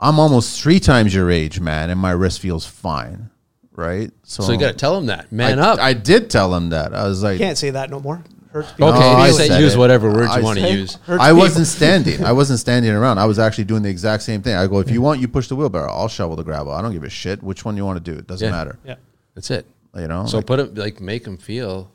C: I'm almost three times your age, man, and my wrist feels fine. Right?
B: so you got to tell them that, man
C: I,
B: up.
C: I did tell him that. I was like,
A: Can't say that no more. Hurts people.
B: okay,
C: No, I
B: you say-
C: said
B: use
C: it.
B: whatever words
C: I
B: you want to
C: said-
B: use.
A: Hurts
C: I
A: people.
C: wasn't standing. I wasn't standing around. I was actually doing the exact same thing. I go, if you want, you push the wheelbarrow. I'll shovel the gravel. I don't give a shit which one you want to do. It doesn't
B: Yeah.
C: matter.
A: Yeah.
B: That's it.
C: You know.
B: So
C: Like,
B: put them like make them feel.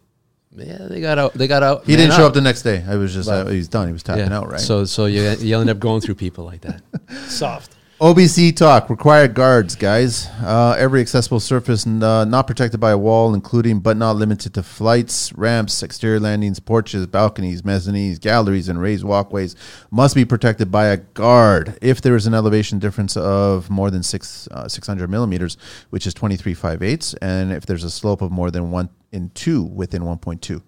B: Yeah, they got out. They got out.
C: he didn't show up the next day. I was just uh, he's done. He was tapping out. Right.
B: So so you you end up going through people like that.
A: Soft.
C: OBC talk required guards, guys. Uh, every accessible surface n- uh, not protected by a wall, including but not limited to flights, ramps, exterior landings, porches, balconies, mezzanines, galleries, and raised walkways, must be protected by a guard if there is an elevation difference of more than six uh, six hundred millimeters, which is twenty three five eighths, and if there's a slope of more than one in two within one point two.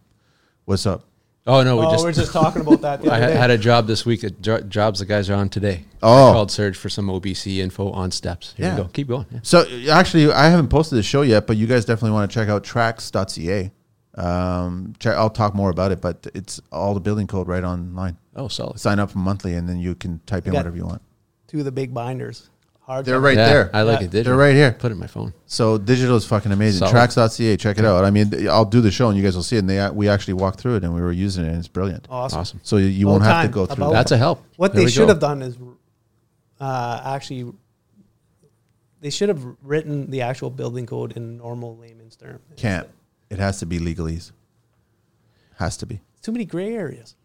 C: What's up?
B: Oh no, we
A: oh,
B: just.
A: we are just talking about that the
B: I
A: other
B: had,
A: day.
B: had a job this week. At jo- jobs the guys are on today.
C: Oh.
B: called Serge for some OBC info on steps. Here
C: Yeah.
B: we go. Keep going. Yeah.
C: So actually, I haven't posted the show yet, but you guys definitely want to check out tracks.ca. Um, check, I'll talk more about it, but it's all the building code right online.
B: Oh, solid.
C: Sign up monthly, and then you can type in
A: got-
C: whatever you want.
A: Two of the big binders. Hard
C: They're right
B: Yeah,
C: there.
B: I like it.
C: They're
B: Digital.
C: right here.
B: Put it in my phone.
C: So digital is fucking amazing.
B: Solid.
C: Tracks.ca. Check it out. I mean, I'll do the show, and you guys will see it. And they uh, we actually walked through it, and we were using it, and it's brilliant.
A: Awesome.
B: Awesome.
C: So you, you
A: Well,
C: won't have to
A: time.
C: go through.
A: About-
C: that.
B: That's a help.
A: What
B: There
A: they
B: we
A: should
B: go.
A: have done is uh, actually they should have written the actual building code in normal layman's term.
C: Can't. It has to be legalese. Has to be.
A: Too many gray areas.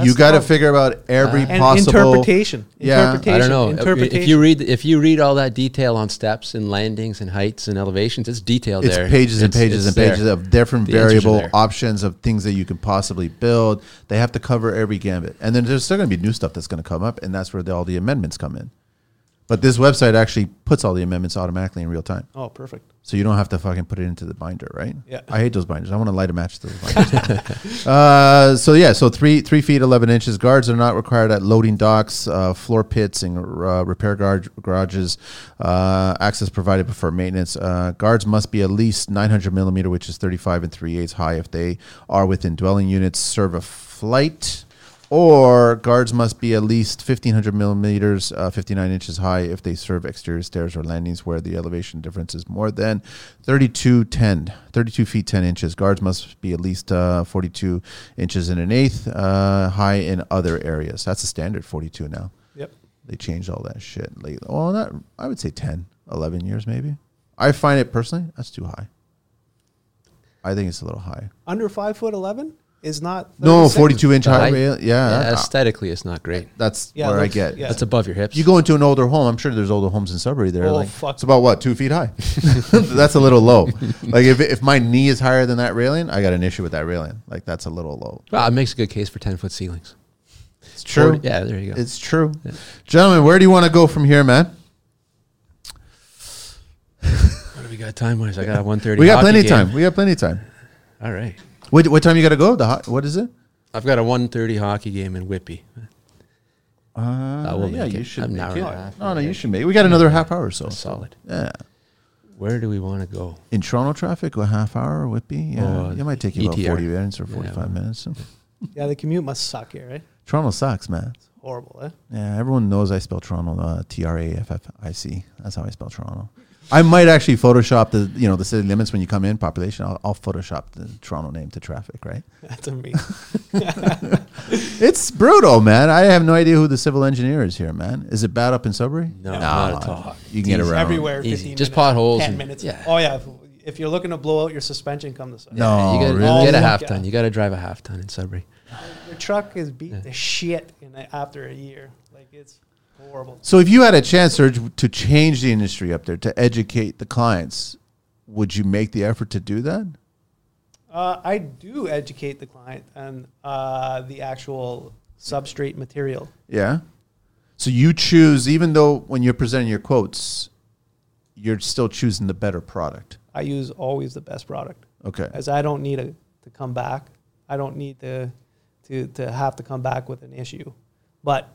C: you
A: the
C: got to
A: problem.
C: figure out every
A: and
C: possible
A: Uh, interpretation.
C: Yeah.
A: interpretation.
B: I don't know. If-
A: Interpretation.
B: If you read if you read all that detail on steps and landings and heights and elevations, it's detailed
C: it's
B: there.
C: pages and
B: It's-
C: pages
B: it's
C: and
B: there.
C: pages of different
B: The answers are
C: variable
B: there.
C: options of things that you can possibly build. They have to cover every gambit, and then there's still going to be new stuff that's going to come up, and that's where the, all the amendments come in. But this website actually puts all the amendments automatically in real time,
A: oh, perfect.
C: so you don't have to fucking put it into the binder, right?
A: Yeah.
C: I hate those binders. I want to light a match to those binders. uh, so yeah, so three three feet eleven inches. Guards are not required at loading docks, uh, floor pits, and uh, repair garage, garages. Uh, access provided for maintenance. Uh, guards must be at least nine hundred millimeter, which is thirty five and three eighths high, if they are within dwelling units. Serve a flight. Or guards must be at least 1,500 millimeters, uh, 59 inches high, if they serve exterior stairs or landings where the elevation difference is more than 32 10, 32 feet 10 inches. Guards must be at least uh, 42 inches and an eighth uh, high in other areas. That's the standard 42 now.
A: Yep.
C: They changed all that shit. Like, well, not I would say 10, 11 years maybe. I find it personally that's too high. I think it's a little high.
A: Under five foot eleven is not
C: No,
A: 36.
C: 42 inch
B: The
C: high.
B: height-
C: rail-
B: yeah,
C: Yeah, that-
B: aesthetically, it's not great.
C: that's
A: Yeah,
C: where I
A: looks-
C: get.
A: yeah.
B: That's above your hips.
C: You go into an older home. I'm sure there's older homes in Sudbury. There,
A: Oh,
C: like,
A: fuck.
C: it's about what two feet high. that's a little low. like if, if my knee is higher than that railing, I got an issue with that railing. Like that's a little low.
B: Well, it makes a good case for ten foot ceilings.
C: It's true.
B: Yeah, there you go.
C: It's true. Gentlemen, where do you want to go from here, man?
B: what have we got time wise? I got one thirty.
C: We got plenty of time. We got plenty of time.
B: All right.
C: What, what time you got to go? The hot, what is it?
B: I've got a one thirty hockey game in Whippy.
C: Uh,
B: will
C: yeah,
B: make
C: you
B: it.
C: should
B: I'm
C: make
B: not
C: it.
B: relying on
C: No, no, you should make it. We got another half hour or so.
B: Solid.
C: Yeah.
B: Where do we want to go?
C: In Toronto traffic, a half hour would be. Yeah.
B: Oh,
C: it might take you about
B: ETR.
C: 40 minutes or 45
B: Yeah.
C: minutes.
A: Yeah, the commute must suck here, right?
C: Toronto sucks, man.
A: Horrible, eh?
C: Yeah, everyone knows I spell Toronto uh, T R A F F I C. That's how I spell Toronto. I might actually Photoshop the you know the city limits when you come in population. I'll, I'll Photoshop the Toronto name to traffic. Right?
A: That's amazing.
C: It's brutal, man. I have no idea who the civil engineer is here, man. Is it bad up in Sudbury?
B: No, not at all.
C: You can get
B: It's
C: around
A: Everywhere,
B: Easy.
A: 15
B: Just
A: minutes,
B: potholes
A: 10
B: and-
A: minutes.
B: yeah.
A: Oh, yeah. if- If you're looking to blow out your suspension, come this way.
C: No,
B: you gotta
C: really?
B: get a
A: Oh,
B: half
A: yeah.
B: ton. You got to drive a half ton in Sudbury.
A: Your truck is beat the shit in a, after a year. Like, it's horrible.
C: So, if you had a chance, Serge, to change the industry up there to educate the clients, would you make the effort to do that?
A: Uh, I do educate the client on uh, the actual substrate material.
C: Yeah. So you choose, even though when you're presenting your quotes, you're still choosing the better product.
A: I use always the best product,
C: Okay.
A: as I don't need a, to come back. I don't need to, to to have to come back with an issue. But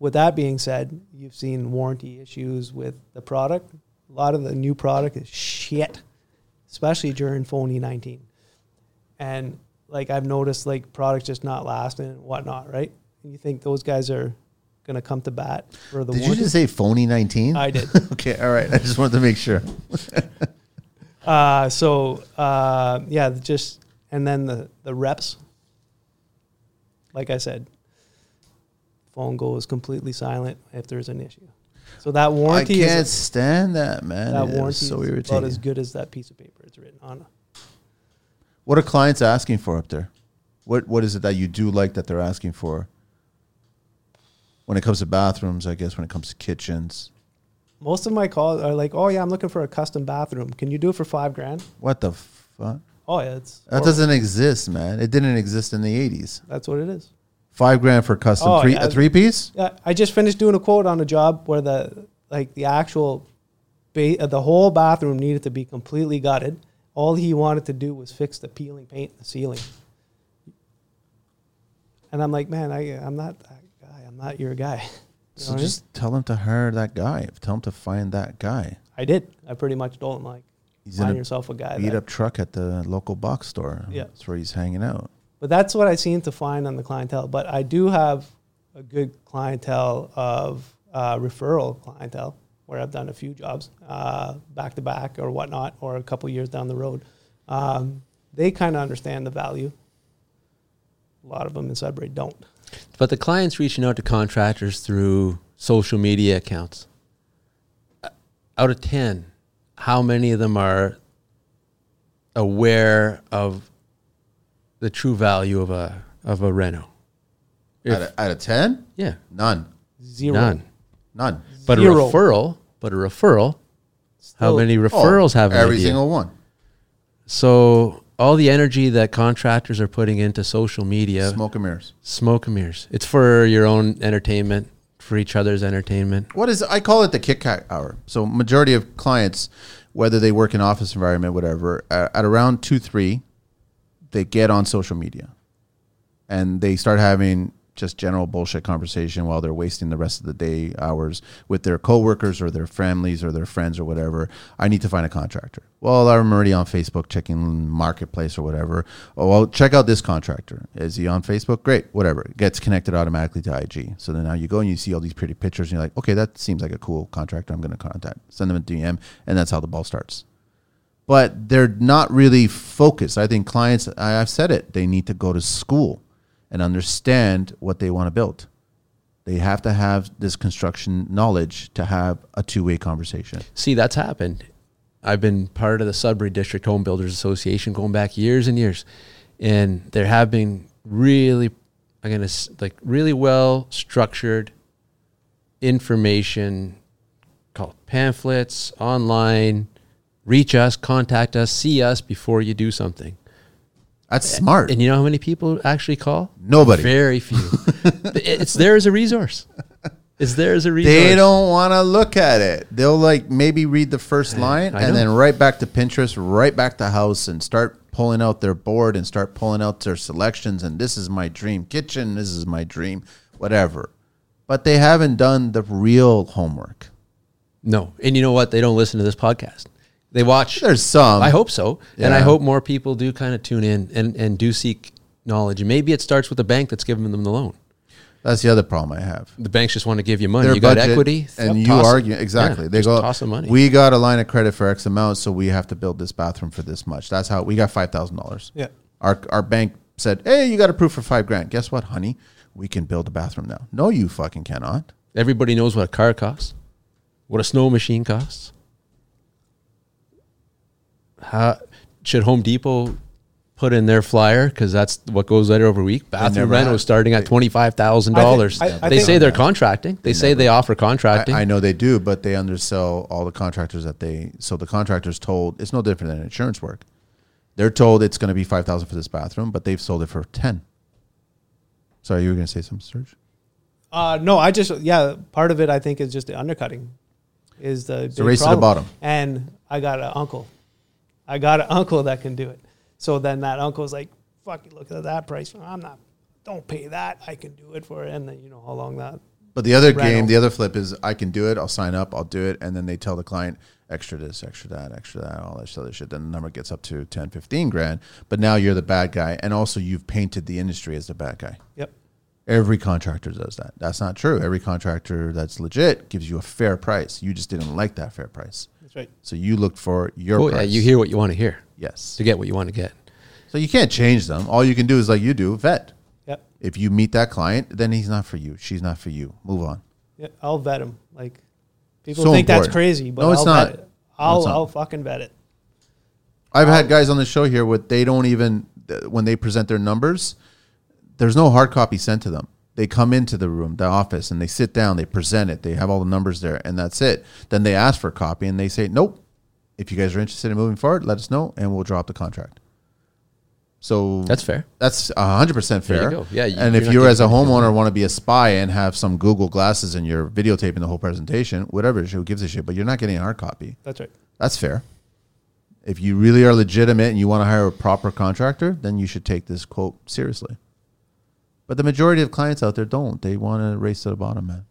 A: with that being said, you've seen warranty issues with the product. A lot of the new product is shit, especially during phony nineteen. And like I've noticed, like products just not lasting and whatnot, right? And you think those guys are gonna come to bat for the
C: Did you
A: warranty?
C: just say phony 19?
A: I did.
C: okay. All right. I just wanted to make sure.
A: Uh, so uh, yeah, the- just and then the the reps. Like I said, phone goes completely silent if there's an issue. So that warranty
C: I can't
A: is
C: stand that, man.
A: that
C: It was
A: warranty
C: so
A: is
C: irritating.
A: about as good as that piece of paper it's written on.
C: What are clients asking for up there? What What is it that you do like that they're asking for? When it comes to bathrooms, I guess. When it comes to kitchens,
A: Most of my calls are like, "Oh yeah, I'm looking for a custom bathroom. Can you do it for five grand?"
C: what the fuck?
A: Oh yeah, it's
C: That
A: horrible.
C: doesn't exist, man. It didn't exist in the '80s.
A: That's what it is.
C: Five grand for custom
A: Oh,
C: three
A: yeah.
C: a three piece.
A: Yeah, I just finished doing a quote on a job where the like the actual ba- uh, the whole bathroom needed to be completely gutted. All he wanted to do was fix the peeling paint in the ceiling. And I'm like, man, I, I'm not that guy. I'm not your guy. You know
C: So
A: what I mean?
C: just tell him to hire that guy. Tell him to find that guy.
A: I did. I pretty much told him like,
C: He's
A: find
C: in
A: yourself a guy.
C: a beat
A: that-
C: up truck at the local box store.
A: Yeah.
C: that's where he's hanging out.
A: But that's what I seem to find on the clientele. But I do have a good clientele of uh, referral clientele where I've done a few jobs uh, back to back or whatnot, or a couple years down the road. Um, they kind of understand the value. A lot of them in Sudbury don't.
B: But the clients reaching out to contractors through social media accounts. Uh, Out of 10, how many of them are aware of the true value of a of a reno? If-
C: Out of, out of ten,
B: yeah,
C: none,
A: Zero.
B: none.
C: none.
B: But
A: Zero.
B: a referral, but a referral, how
A: Still-
B: many
C: Oh,
B: referrals have an
C: every
B: idea?
C: single one.
B: So all the energy that contractors are putting into social media,
C: Smoke and mirrors.
B: smoke and mirrors. It's for your own entertainment, for each other's entertainment.
C: what is I call it the Kit Kat hour. So majority of clients, whether they work in office environment, whatever, uh, at around two three, they get on social media, and they start having just general bullshit conversation while they're wasting the rest of the day hours with their coworkers or their families or their friends or whatever. I need to find a contractor. Well, I'm already on Facebook checking marketplace or whatever. Oh, well, check out this contractor. Is he on Facebook? Great, whatever. It gets connected automatically to IG. So then now you go and you see all these pretty pictures and you're like, okay, that seems like a cool contractor. I'm going to contact, send them a DM, and that's how the ball starts but they're not really focused. I think clients, I- I've said it, they need to go to school and understand what they want to build. They have to have this construction knowledge to have a two way conversation.
B: See, that's happened. I've been part of the Sudbury District Home Builders Association going back years and years, and there have been really, I'm gonna s- like really well structured information called pamphlets online. Reach us, contact us, see us before you do something.
C: That's smart.
B: And you know how many people actually call?
C: Nobody.
B: Very few. it's there as a resource. It's there as a resource.
C: They don't want to look at it. They'll like maybe read the first line
B: I
C: and
B: know.
C: then right back to Pinterest, right back to house and start pulling out their board and start pulling out their selections and this is my dream kitchen, this is my dream, whatever. But they haven't done the real homework.
B: No. And you know what? They don't listen to this podcast. They watch.
C: There's some.
B: I hope so. And I
C: Yeah.
B: hope more people do kind of tune in and, and do seek knowledge. And maybe it starts with the bank that's giving them the loan.
C: That's the other problem I have.
B: The banks just want to give you money.
C: Their
B: you got
C: budget
B: equity.
C: and you
B: toss it.
C: argue exactly.
B: Yeah,
C: they
B: just
C: go
B: toss the money.
C: We got a line of credit for X amount, so we have to build this bathroom for this much. That's how we got five thousand dollars.
A: Yeah.
C: Our our bank said, "Hey, you got approved for five grand. Guess what, honey? We can build a bathroom now. No, you fucking cannot.
B: Everybody knows what a car costs, what a snow machine costs. How, should Home Depot put in their flyer because that's what goes out every week? Bathroom
C: never
B: rental
C: have.
B: starting at twenty five thousand dollars.
A: I- I
B: They
A: think-
B: say they're contracting. They say they offer contracting.
C: I, I know they do, but they undersell all the contractors that they. So the contractors told it's no different than insurance work. They're told it's going to be five thousand for this bathroom, but they've sold it for ten. Sorry, you were going to say something, Serge.
A: Uh, no, I just yeah. Part of it, I think, is just the undercutting, is the big
C: race to the
A: problem.
C: bottom.
A: And I got an uncle, I got an uncle that can do it. So then that uncle's like, "Fuck, you look at that price. I'm not. Don't pay that. I can do it for it." And then you know how long that.
C: But the other
A: Rental.
C: game, the other flip is I can do it. I'll sign up. I'll do it. And then they tell the client extra this, extra that, extra that, all this other shit. Then the number gets up to 10, 15 grand. But now you're the bad guy. And also you've painted the industry as the bad guy.
A: Yep.
C: Every contractor does that. That's not true. Every contractor that's legit gives you a fair price. You just didn't like that fair price.
A: That's right.
C: So you looked for your
B: oh, yeah,
C: price.
B: you hear what you want to hear
C: yes.
B: to get what you want to get.
C: So you can't change them. All you can do is like you do, vet.
A: Yep.
C: If you meet that client, then he's not for you. She's not for you. Move on.
A: Yeah, I'll vet him. Like people
C: So
A: think that's
C: important.
A: crazy, but
C: No, it's
A: I'll
C: not.
A: vet it. I'll
C: it's not.
A: I'll fucking vet it.
C: I've had guys on the show here with they don't even th- when they present their numbers, there's no hard copy sent to them. They come into the room, the office, and they sit down. They present it. They have all the numbers there, and that's it. Then they ask for a copy, and they say, "Nope. If you guys are interested in moving forward, let us know, and we'll drop the contract." So
B: That's fair.
C: That's hundred percent
B: There you
C: fair.
B: go. Yeah, you-
C: and
B: you're
C: if
B: not
C: you're as a
B: getting anything.
C: homeowner want to be a spy and have some Google glasses and you're videotaping the whole presentation, whatever, who gives a shit? But you're not getting a hard copy.
A: That's right.
C: That's fair. If you really are legitimate and you want to hire a proper contractor, then you should take this quote seriously. But the majority of clients out there don't. They want to race to the bottom, man.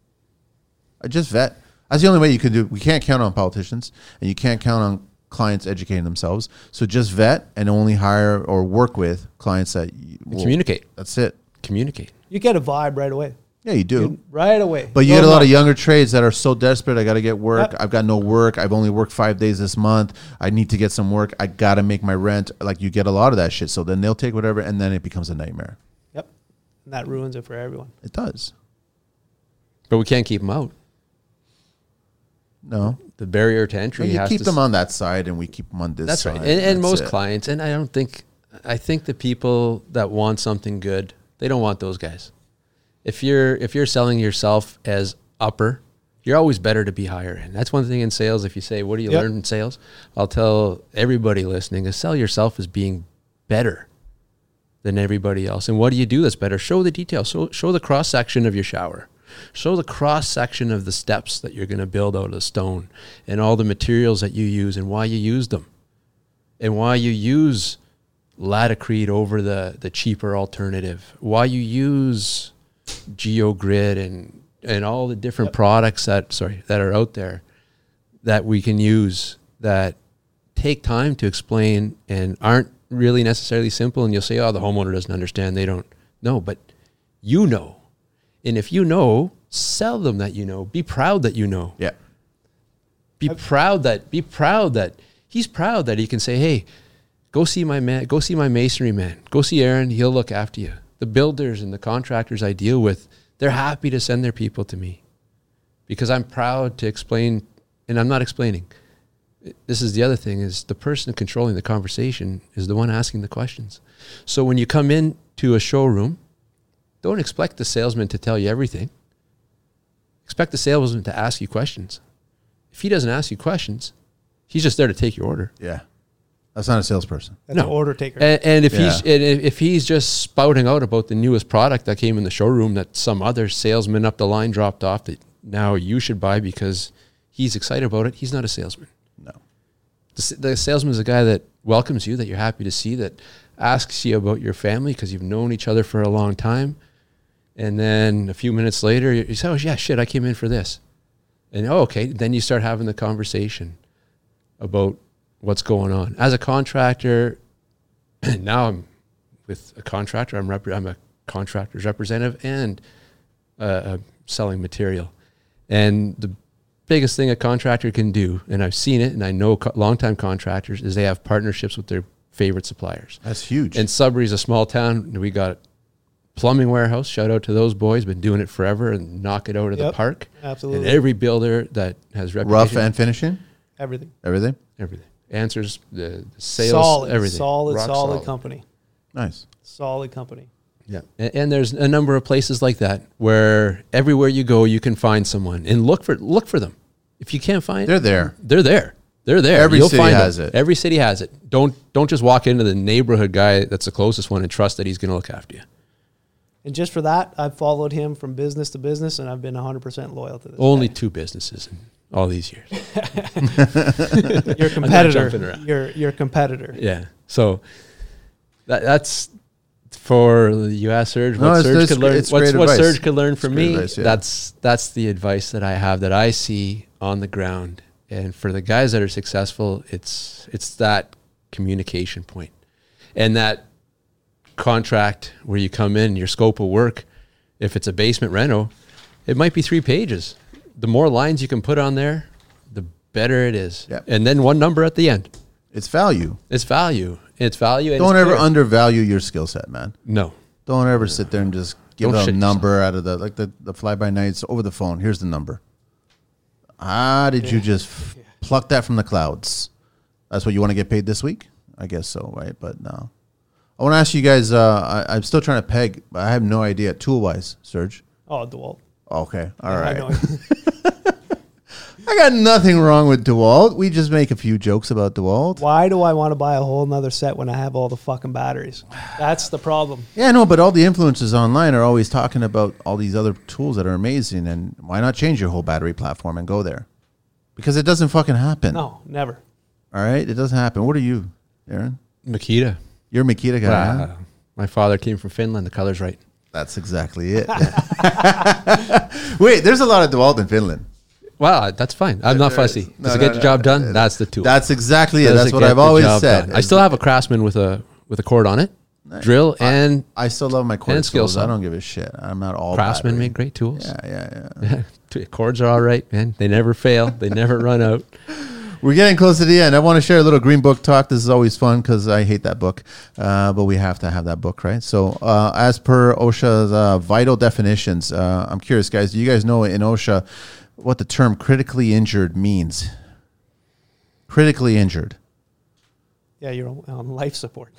C: I just vet. That's the only way you can do. We can't count on politicians, and you can't count on clients educating themselves. So just vet and only hire or work with clients that you, will-
B: communicate.
C: That's it.
B: Communicate.
A: You get a vibe right away.
C: Yeah, you do.
A: Right away.
C: But you
A: Blow
C: get a
A: them
C: lot
A: up.
C: of younger trades that are so desperate. I got to get work.
A: Yep.
C: I've got no work. I've only worked five days this month. I need to get some work. I got to make my rent. Like you get a lot of that shit. So then they'll take whatever, and then it becomes a nightmare.
A: Yep. And that ruins it for everyone.
C: It does.
B: But we can't keep them out.
C: No,
B: The barrier to entry
C: you
B: has
C: keep
B: to
C: them
B: s-
C: on that side, and we keep them on this.
B: That's
C: side.
B: right. And, and
C: that's
B: most
C: it.
B: clients, and I don't think, I think the people that want something good, they don't want those guys. If you're if you're selling yourself as upper, you're always better to be higher end. That's one thing in sales. If you say, "What do you
A: Yep.
B: learn in sales?" I'll tell everybody listening is sell yourself as being better than everybody else. And what do you do that's better? Show the details. Show, show the cross section of your shower. Show the cross section of the steps that you're going to build out of stone and all the materials that you use and why you use them and why you use Latacrete over the, the cheaper alternative, why you use GeoGrid and, and all the different products that, sorry, that are out there that we can use that take time to explain and aren't really necessarily simple. And you'll say, oh, the homeowner doesn't understand. They don't know. But you know. And if you know, sell them that you know. Be proud that you know.
C: Yeah.
B: Be proud that be proud that he's proud that he can say, "Hey, go see my man, go see my masonry man, go see Aaron. He'll look after you." The builders and the contractors I deal with, they're happy to send their people to me because I'm proud to explain, and I'm not explaining. This is the other thing: is the person controlling the conversation is the one asking the questions. So when you come in to a showroom, don't expect the salesman to tell you everything. Expect the salesman to ask you questions if he doesn't ask you questions, he's just there to take your order.
C: Yeah. That's not a salesperson.
A: That's an order taker.
B: And, and if he's
C: Yeah.
B: and if if he's just spouting out about the newest product that came in the showroom that some other salesman up the line dropped off that now you should buy because he's excited about it, he's not a salesman.
C: No.
B: The, s- the salesman is a guy that welcomes you, that you're happy to see, that asks you about your family because you've known each other for a long time, and then a few minutes later you you say, "Oh yeah, shit, I came in for this," and oh okay, then you start having the conversation about what's going on as a contractor and now I'm with a contractor. I'm rep- I'm a contractor's representative and uh, uh, selling material. And the biggest thing a contractor can do, and I've seen it, and I know co- longtime contractors, is they have partnerships with their favorite suppliers.
C: That's huge.
B: And Sudbury's a small town. We got plumbing warehouse. Shout out to those boys. Been doing it forever and knock it out of
A: Yep,
B: the park.
A: absolutely.
B: And every builder that has
C: Rough
B: reputation,
C: and finishing,
A: Everything.
C: everything.
B: everything answers the, the sales,
A: solid,
B: everything
A: solid,
B: Rock
A: solid, company.
C: Nice.
A: Solid company.
B: Yeah. And, and there's a number of places like that where everywhere you go, you can find someone and look for look for them. If you can't find,
C: They're there.
B: they're there. They're there.
C: Every city
B: them.
C: has it.
B: Every city has it. Don't don't just walk into the neighborhood guy that's the closest one and trust that he's going to look after you.
A: And just for that, I've followed him from business to business, and I've been 100% loyal to this.
B: Only two businesses in all these years.
A: your
B: jumping
A: competitor.
B: around.
A: Your your competitor.
B: yeah. So that, that's for you asked Serge
C: No,
B: what
C: it's-
B: Serge
C: it's
B: could
C: great-
B: learn.
C: it's
B: What's,
C: great
B: what
C: advice.
B: Serge could learn from
C: It's great
B: me.
C: advice, yeah.
B: That's that's the advice that I have that I see on the ground. And for the guys that are successful, it's it's that communication point and that contract where you come in your scope of work. If it's a basement reno, it might be three pages. The more lines you can put on there, the better it is.
C: Yep.
B: And then one number at the end.
C: It's value.
B: It's value. It's value. and
C: Don't
B: it's
C: ever
B: clear.
C: undervalue your skill set, man.
B: no.
C: Don't ever sit there and just give
B: Don't
C: out a
B: shit
C: number out of the like the, the fly by nights over the phone. Here's the number. How did you just f- pluck that from the clouds? That's what you want to get paid this week? I guess so, right? But no. I want to ask you guys. Uh, I, I'm still trying to peg. But I have no idea tool wise, Serge.
A: Oh, DeWalt.
C: Okay, all
A: I
C: right.
A: know.
C: I, got nothing wrong with Dewalt. We just make a few jokes about Dewalt.
A: Why do I want to buy a whole nother set when I have all the fucking batteries? That's the problem.
C: Yeah, no, but all the influencers online are always talking about all these other tools that are amazing, and why not change your whole battery platform and go there? Because it doesn't fucking happen.
A: No, never.
C: All right, it doesn't happen. What are you, Aaron?
B: Makita.
C: You're a Makita guy. huh?
B: Wow. My father came from Finland. The color's right.
C: That's exactly it. Wait, there's a lot of Dewalt in Finland.
B: Wow, that's fine. I'm not
C: there is.
B: fussy.
C: No,
B: Does it
C: no,
B: get the
C: no.
B: job done? That's the tool.
C: That's exactly it.
B: Does
C: That's
B: it
C: what
B: get
C: I've
B: the
C: always
B: job
C: said.
B: done? I still have a Craftsman with a with a cord on it, drill and
C: I still love my cord
B: And skill
C: tools. I
B: set.
C: don't give a shit. I'm not all
B: Craftsman
C: battery.
B: make great tools.
C: Yeah, yeah, yeah.
B: T- Cords are all right, man. They never fail. They never run out.
C: We're getting close to the end. I want to share a little green book talk. This is always fun because I hate that book, uh, but we have to have that book, right? So, uh, as per OSHA's uh, vital definitions, uh, I'm curious, guys. Do you guys know in OSHA what the term critically injured means? Critically injured,
A: Yeah, you're on- on life support.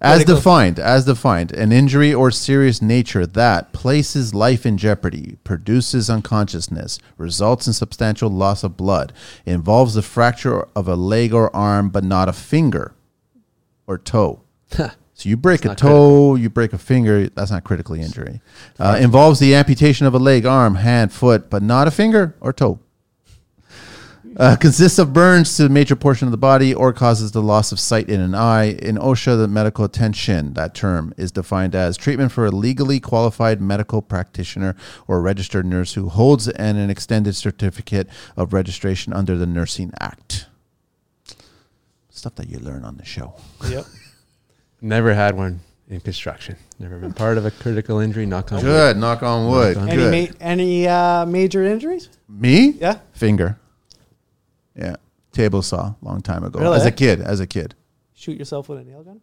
C: as
A: Critical.
C: defined, as defined, an injury or serious nature that places life in jeopardy, produces unconsciousness, results in substantial loss of blood, involves the fracture of a leg or arm, but not a finger. or toe. So you break a toe,
B: not critical.
C: you break a finger. That's not critically injury. Uh, involves the amputation of a leg, arm, hand, foot, but not a finger or toe. Uh, consists of burns to a major portion of the body or causes the loss of sight in an eye. In OSHA, the medical attention, that term, is defined as treatment for a legally qualified medical practitioner or registered nurse who holds an, an extended certificate of registration under the Nursing Act. Stuff that you learn on the show.
A: yep.
B: Never had one in construction. Never been part of a critical injury. Knock on wood.
C: Good. Knock on wood.
B: Knock on
A: Any ma- any uh, major injuries?
C: Me?
A: Yeah.
C: Finger. Yeah. Table saw. Long time ago.
A: Really?
C: As a kid. As a kid.
A: Shoot yourself with a nail gun?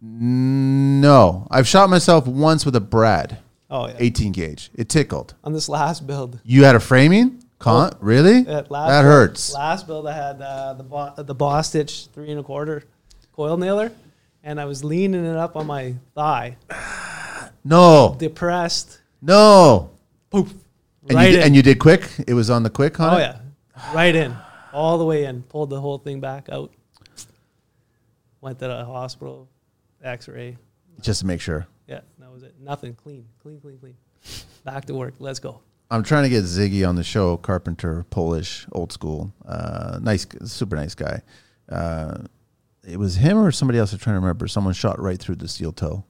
C: No, I've shot myself once with a Brad,
A: Oh yeah.
C: 18 gauge. It tickled.
A: On this last build,
C: You had a framing? Con? really?
A: that, last
C: that
A: build-
C: hurts.
A: Last build, I had uh, the bo- the boss stitch three and a quarter coil nailer, and I was leaning it up on my thigh,
C: No,
A: depressed.
C: no.
A: Poof.
C: And,
A: right
C: you,
A: in.
C: did- and you did quick. It was on the quick, huh?
A: oh yeah, right in, all the way in. Pulled the whole thing back out. went to the hospital, X-ray.
C: Just to make sure.
A: Yeah, that was it. Nothing. Clean, clean, clean, clean. Back to work. Let's go.
C: I'm trying to get Ziggy on the show. Carpenter, Polish, old school, uh, nice, super nice guy. Uh, it was him or somebody else. I'm trying to remember. Someone shot right through the steel toe,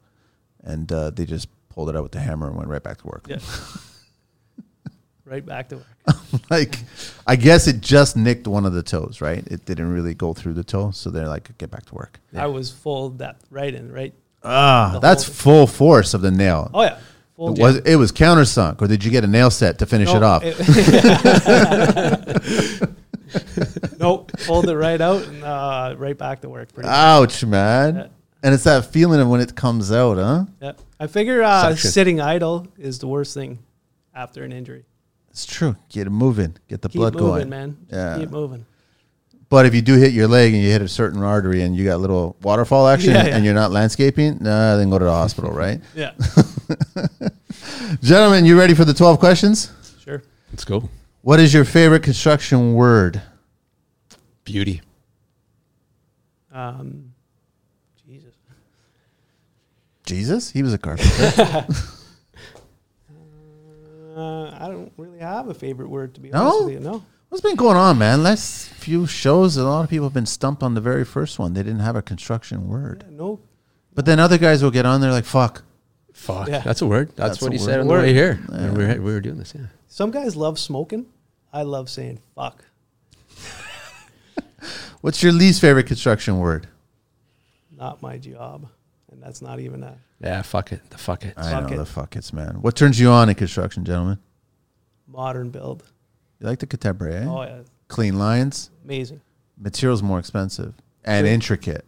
C: and uh, they just pulled it out with the hammer and went right back to work.
A: Yeah. right back to work.
C: like, I guess it just nicked one of the toes, right? It didn't really go through the toe, so they're like, "Get back to work."
A: I was full depth, right in, right.
C: Ah,
A: The
C: that's full force of the nail.
A: Oh yeah. Full
C: it was it was countersunk, or did you get a nail set to finish
A: No,
C: it off?
A: it- nope. Pulled it right out and uh, right back to work. Pretty. much.
C: Ouch, man!
A: Yeah.
C: And it's that feeling of when it comes out, huh?
A: yeah. I figure uh,
B: Suction.
A: sitting idle is the worst thing after an injury.
C: It's true. Get it moving. Get the
A: Keep
C: blood
A: moving,
C: going.
A: man. Just
C: Yeah.
A: Keep moving.
C: But if you do hit your leg and you hit a certain artery and you got a little waterfall action
A: Yeah, yeah.
C: and you're not landscaping, nah, then go to the hospital, right?
A: Yeah.
C: Gentlemen, you ready for the 12 questions?
A: sure.
B: Let's go.
C: What is your favorite construction word?
B: Beauty.
A: Um, Jesus.
C: Jesus? He was a carpenter.
A: Uh, I don't really have a favorite word to be
C: No?
A: honest with you. No.
C: What's been going on, man? Last few shows, a lot of people have been stumped on the very first one. They didn't have a construction word.
A: Yeah, no.
C: But then other guys will get on there like, fuck.
B: Fuck.
A: Yeah.
B: That's a word. That's,
C: That's
B: what
C: a
B: he said
C: word.
B: on the way here. when We, were, we were doing this. Yeah.
A: Some guys love smoking. I love saying fuck.
C: What's your least favorite construction word?
A: Not my job, and that's not even a
B: Yeah. Fuck it. The fuck it.
C: I
A: Fuck
C: know
A: it.
C: the fuck it's, man. What turns you on in construction, gentlemen?
A: modern build.
C: You like the contemporary, eh?
A: Oh yeah,
C: Clean lines.
A: amazing.
C: materials more expensive and
A: True.
C: intricate,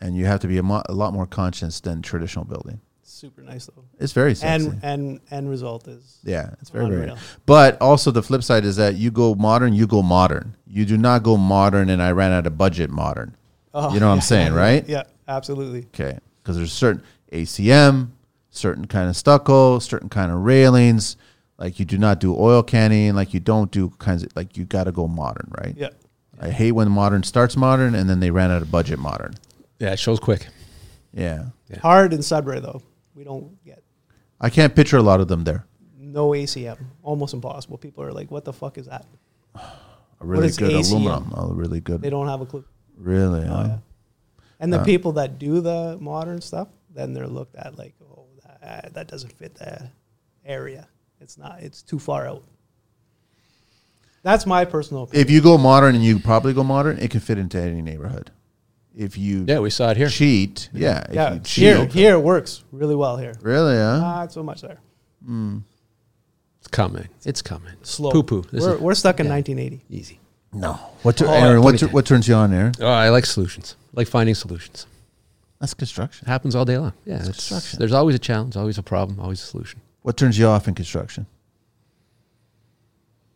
C: and you have to be a, mo- a lot more conscious than traditional building.
A: Super nice though.
C: It's very sexy.
A: And and end result is
C: yeah, it's very very.
A: Unreal.
C: But also the flip side is that you go modern, you go modern. You do not go modern, and I ran out of budget modern.
A: Oh,
C: you know what I'm saying, right?
A: yeah, absolutely.
C: Okay, because there's certain ACM, certain kind of stucco, certain kind of railings. Like you do not do oil canning. Like you don't do kinds of like you got to go modern, right?
A: Yeah,
C: I hate when modern starts modern and then they ran out of budget modern.
B: Yeah. It shows quick.
C: Yeah.
B: Yeah.
A: hard in Sudbury though. We don't get
C: I can't picture a lot of them there.
A: no ACM. Almost impossible. People are like, "What the fuck is that?"
C: A really
A: is
C: good
A: ACM?
C: aluminum. A really good.
A: They don't have a clue.
C: Really? huh?
A: Oh, yeah. And
C: Uh,
A: the people that do the modern stuff, then they're looked at like, "Oh, that, that doesn't fit the area. It's not. It's too far out." That's my personal opinion.
C: If you go modern and you probably go modern, it can fit into any neighborhood. If you
B: Yeah. We saw it here.
C: cheat, yeah. If
A: yeah,
C: you cheat,
A: here Uh, here it works really well here.
C: Really? Huh?
A: Not so much there.
B: It's coming. It's coming.
A: Slow.
B: Poo poo. This
A: We're,
B: is
A: we're stuck in 1980.
B: easy.
C: No. What? tur-
B: Oh,
C: Aaron, what,
B: let me-
C: tur- what turns you on, Aaron?
B: Oh, I like solutions. like finding solutions.
C: That's construction.
B: It happens all day long. Yeah. It's
C: construction.
B: There's always a challenge, always a problem, always a solution.
C: What turns you off in construction?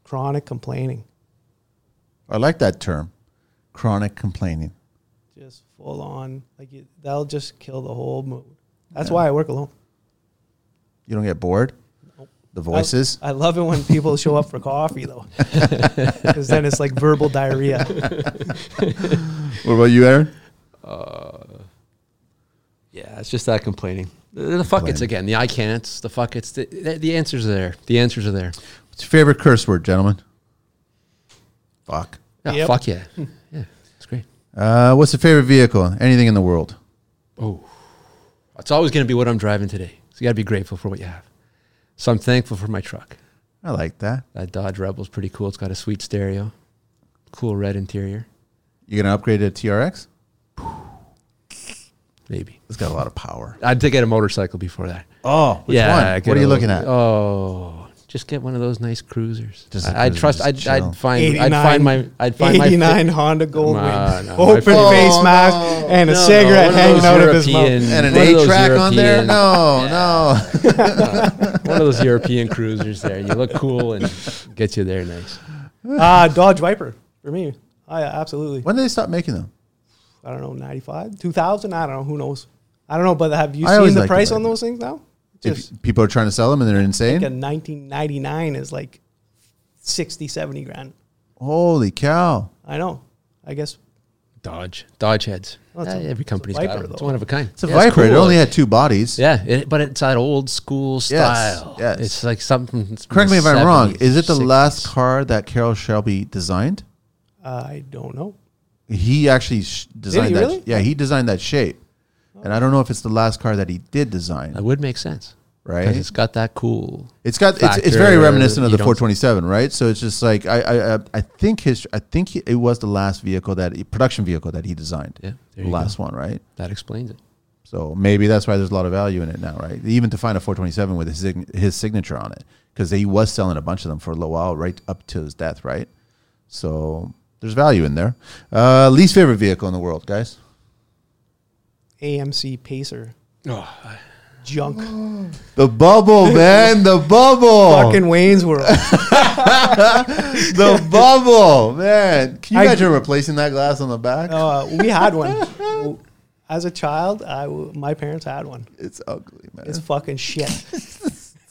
A: Chronic complaining,
C: I like that term, chronic complaining.
A: just full on. Like you, that'll just kill the whole mood. That's why I work alone.
C: You don't get bored.
A: Nope.
C: The voices.
A: I, I love it when people show up for coffee though, because then it's like verbal diarrhea. Oh.
C: what about you, Aaron?
B: Yeah, it's just that complaining. The, the fuck it's again.
C: Complaining.
B: The I can't. The fuck it's. The, the, the answers are there. The answers are there.
C: What's your favorite curse word, gentlemen? Fuck.
B: Yeah,
A: Yep.
B: fuck yeah. yeah, it's great.
C: Uh, what's your favorite vehicle? Anything in the world?
B: Oh, it's always going to be what I'm driving today. So you got to be grateful for what you have. So I'm thankful for my truck.
C: I like that.
B: That Dodge Rebel's pretty cool. It's got a sweet stereo, cool red interior.
C: You gonna upgrade to a TRX?
B: Maybe
C: It's got a lot of power.
B: I'd take a motorcycle before that.
C: Oh, which one?
B: get
C: What are
B: a-
C: you looking at?
B: Oh, just get one of those nice cruisers.
C: Just a
B: I, would
C: cruiser,
B: trust.
C: just
B: I'd,
C: chill.
B: I'd find. I'd find my. I'd find my.
A: 89
B: fit-
A: Honda
B: Nah,
A: Goldwing,
B: no, my
A: open face
B: favorite-
C: Oh,
A: mask,
C: no.
A: and a
B: No, no,
A: cigarette
B: one of
A: hanging
B: those
A: out of his mouth.
B: European-
C: and an
B: one of
C: A
B: those
C: track on there?
B: European-
C: No, no.
B: one of those European cruisers there. You look cool and get you there nice.
A: Ah, Dodge Viper for me. Oh, yeah, absolutely.
C: when did they stop making them?
A: I don't know, 95, 2000. I don't know. Who knows? I don't know. But have you
C: I always
A: seen the
C: liked
A: price
C: it
A: on
C: like
A: those things now? Just
C: If people are trying to sell them and they're insane.
A: like a 1999 is like 60, 70 grand.
C: Holy cow!
A: I know. I guess
B: Dodge, Dodge heads.
A: it's
B: Eh,
A: a-
B: every company's
A: Viper,
B: got it. It's
A: though.
B: one of a kind.
C: It's a
B: Yeah,
C: Viper. It
B: cool.
C: only had two bodies.
B: Yeah, it, but it's that old school style.
C: yes.
B: It's like something. from
C: Correct me if
B: the
C: I'm wrong.
B: 70s,
C: Is it the
B: 60s.
C: last car that Carroll Shelby designed?
A: uh, I don't know.
C: He actually sh- designed
A: he
C: that.
A: really?
C: Yeah, he designed that shape. And I don't know if it's the last car that he did design,
B: That would make sense. 'Cause
C: right?
B: Uh, It's got that cool.
C: It's got it's, it's very
B: factor
C: reminiscent of
B: you
C: the
B: don't-
C: 427, right? So it's just like I I I- I think his I think he- it was the last vehicle that production vehicle that he designed.
B: Yeah, there
C: the
B: you go.
C: last one, right?
B: That explains it.
C: So maybe that's why there's a lot of value in it now, right? Even to find a 427 with his sign- his signature on it, because he was selling a bunch of them for a little while, right up to his death, right? So there's value in there. Uh, least favorite vehicle in the world, guys.
A: AMC Pacer
B: Oh,
A: junk.
C: The bubble, man. The bubble.
A: Fucking Wayne's World.
C: the bubble, man. Can you
A: I-
C: imagine replacing that glass on the back?
A: Uh, we had one. As a child, I w- my parents had one.
C: It's ugly, man.
A: It's fucking shit.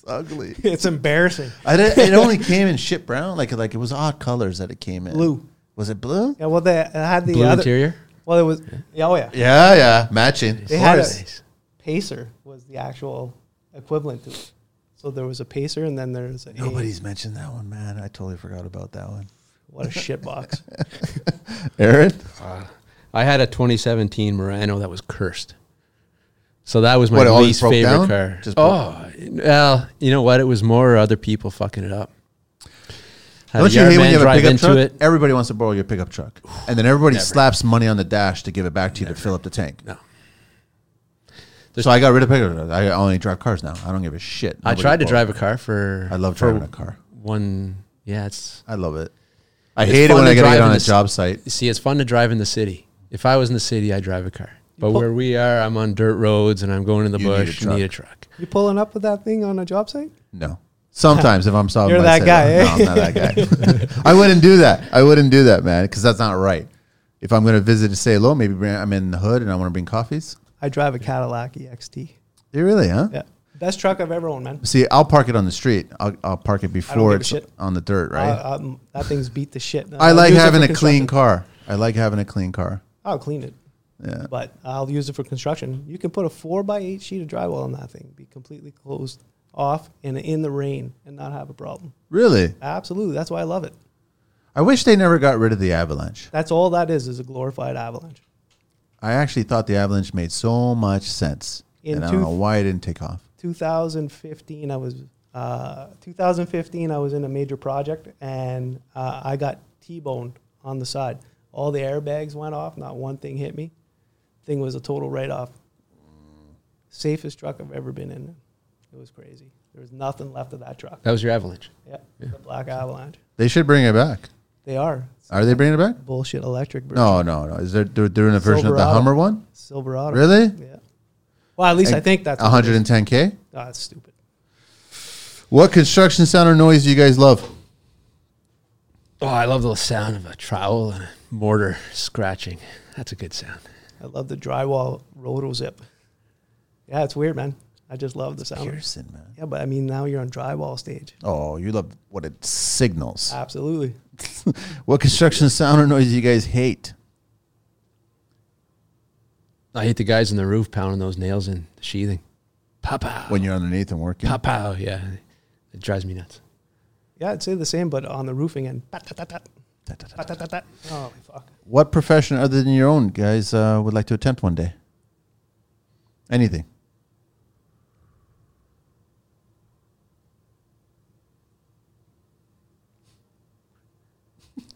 C: It's ugly.
A: It's embarrassing.
C: I didn't, it only came in shit brown. Like like it was odd colors that it came in.
A: Blue.
C: Was it blue?
A: Yeah, well, they I had the
B: Blue
A: other.
B: interior.
A: Well, it was. Yeah, oh yeah.
C: Yeah, yeah. Matching.
A: They had a
B: Nice.
A: pacer was the actual equivalent to it. So there was a pacer, and then there's a
C: Nobody's mentioned that one, man. I totally forgot about that one.
A: what a shit box.
C: Aaron?
B: I had a 2017 Murano that was cursed. So that was my
C: What, it always
B: least
C: broke
B: favorite
C: down?
B: car.
C: Just broke-
B: oh, well, you know what? It was more other people fucking it up. Had a
C: Don't you
B: yard
C: hate
B: man
C: when you have a
B: drive
C: pickup
B: into
C: truck?
B: it.
C: Everybody wants to borrow your pickup truck. And then everybody slaps money on the dash to give it back to you to fill up the tank.
B: No.
C: so I got rid of pickup trucks. I only drive cars now. I don't give a shit.
B: I
C: Nobody
B: tried to
C: borrow-
B: drive a car for.
C: I love
B: for
C: driving a car.
B: One, yeah, it's
C: I love it. I
B: It's
C: hate it
B: fun
C: when
B: to
C: I gotta
B: drive
C: get
B: in
C: on a
B: this-
C: job site.
B: see, it's fun to drive in the city. If I was in the city, I would drive a car. But where we are, I'm on dirt roads and I'm going in the
C: You need a
B: bush.
C: truck.
B: Need a truck.
A: you pulling up with that thing on a job site?
C: No. Sometimes if I'm solving,
A: You're that
C: my set,
A: guy, eh?
C: I'm- No, I'm not that guy. I wouldn't do that. I wouldn't do that, man, because that's not right. If I'm going to visit to say hello, maybe bring, I'm in the hood and I want to bring coffees.
A: I drive a Cadillac EXT.
C: You really, huh?
A: Yeah, best truck I've ever owned, man.
C: See, I'll park it on the street. I'll, I'll park it before
A: give a
C: it's
A: shit.
C: on the dirt, right?
A: I, um, that thing's beat the shit.
C: I
A: I'll
C: like
A: use it
C: having
A: for
C: a clean
A: construction.
C: car. I like having a clean car.
A: I'll clean it.
C: Yeah.
A: But I'll use it for construction. You can put a four by eight sheet of drywall on that thing, be completely closed off and in the rain and not have a problem.
C: Really?
A: Absolutely. That's why I love it.
C: I wish they never got rid of the avalanche.
A: That's all that is, is a glorified avalanche.
C: I actually thought the avalanche made so much sense.
A: In
C: and I don't
A: two-
C: know why it didn't take off.
A: 2015, I was, uh, 2015, I was in a major project and uh, I got T-boned on the side. All the airbags went off. Not one thing hit me. Thing was a total write-off. Safest truck I've ever been in. It was crazy. There was nothing left of that truck.
B: That was your avalanche.
A: Yeah, the Black Avalanche.
C: They should bring it back.
A: They are It's
C: Are they bringing it back?
A: bullshit electric version.
C: No, no, no. Is there they're doing a version of the
A: Silverado.
C: Hummer one?
A: Silverado.
C: Really?
A: Yeah. Well, at least I, think that's what it is.
C: 110k.
A: Ah, that's stupid.
C: What construction sound or noise do you guys love?
B: Oh, I love the sound of a trowel and a mortar scratching. That's a good sound.
A: I love the drywall roto zip. Yeah, it's weird, man. I just love the sound.
C: Pearson, man.
A: Yeah, but I mean, now you're on drywall stage.
C: Oh, you love what it signals.
A: Absolutely.
C: What construction sound or noise do you guys hate?
B: I hate the guys on the roof pounding those nails in the sheathing. Pow pow.
C: When you're underneath and working.
B: pow pow. Yeah. It drives me nuts.
A: Yeah, I'd say the same, but on the roofing end. Pat, tat, tat, tat,
C: Da, da, da.
A: pat, tat, tat, tat. Oh, fuck.
C: What profession other than your own, guys, uh, would like to attempt one day? Anything.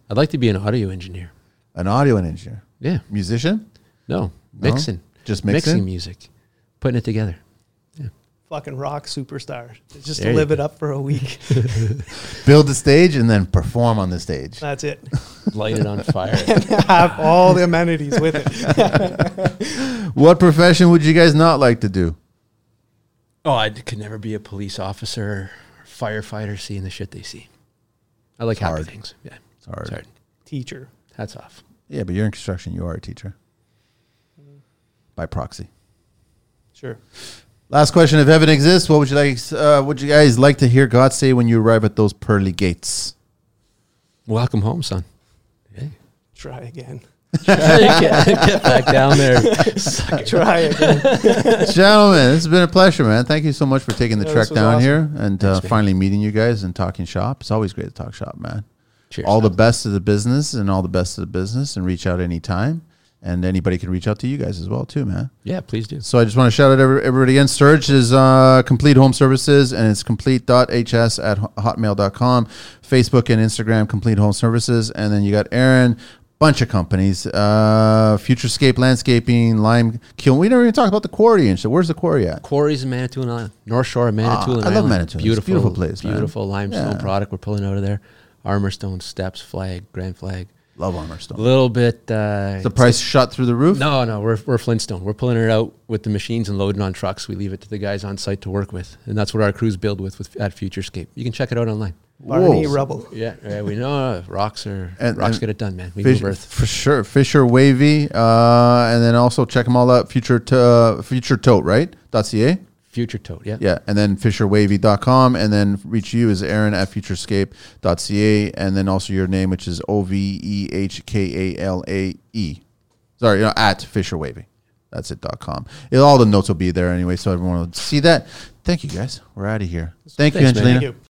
B: I'd like to be an audio engineer.
C: An audio engineer,
B: Yeah.
C: musician,
B: No.
C: No?
B: Mixing.
C: just
B: Mixing?
C: mixing.
B: music. Putting it together.
A: Fucking rock superstar. Just
B: There
A: to
B: you
A: live
B: go.
A: it up for a week.
C: build the stage, and then perform on the stage.
A: That's it.
B: Light it on fire.
A: Have all the amenities with it.
C: What profession would you guys not like to do?
B: oh, I could never be a police officer or firefighter seeing the shit they see. I like happy
C: hard.
B: things. Yeah.
C: It's hard.
B: It's hard.
A: Teacher.
B: Hats off.
C: Yeah, but you're in construction. You are a teacher
A: Mm-hmm.
C: by proxy.
A: Sure.
C: Last question: If heaven exists, what would you like? Uh, would you guys like to hear God say when you arrive at those pearly gates?
B: Welcome home, son. Hey.
A: Try again.
B: get, get back down there.
A: Try again.
C: Gentlemen, it's been a pleasure, man. Thank you so much for taking the
A: Yeah,
C: trek
A: this was
C: down
A: awesome.
C: here and uh, finally meeting you guys and talking shop. It's always great to talk shop, man.
B: Cheers.
C: all the best of the business and all the best of the business and reach out anytime. And anybody can reach out to you guys as well, too, man.
B: yeah, please do.
C: So I just want to shout out every, everybody again. Surge is uh, Complete Home Services, and it's complete.hs at ho- hotmail.com, Facebook and Instagram, Complete Home Services. And then you got Aaron, bunch of companies, uh, Futurescape Landscaping, Lime Kiln. We never even talked about the quarry and shit. Where's the quarry at?
B: Quarries in Manitoulin Island, North Shore of Manitoulin.
C: Ah, I love
B: Island.
C: Manitoulin. It's a
B: Beautiful,
C: beautiful place, man.
B: Beautiful limestone
C: Yeah.
B: product we're pulling out of there. Armor stone steps, flag, grand flag.
C: Love
B: A
C: Armorstone.
B: little bit. Uh,
C: The price shot through the roof.
B: No, no, we're, we're Flintstone. We're pulling it out with the machines and loading on trucks. We leave it to the guys on site to work with, and that's what our crews build with, with at Futurescape. You can check it out online.
A: Barney
C: Whoa.
A: Rubble.
B: Yeah, yeah we know uh, rocks are
C: And-
B: rocks
C: and
B: get it done, man. We
C: Fish,
B: move earth.
C: for sure. Fisher Wavy, uh, and then also check them all out. Future to, uh, Future Tote, right? .ca.
B: Future tote, yeah.
C: Yeah, and then fisherwavy.com, and then reach you is Aaron at futurescape.ca, and then also your name, which is O V E H K A L A E. Sorry, no, at fisherwavy. That's it. Dot com. It, all the notes will be there anyway, so everyone will see that. Thank you guys. We're out of here. Thank you,
B: Thanks, man.
C: Angelina.
A: Thank you.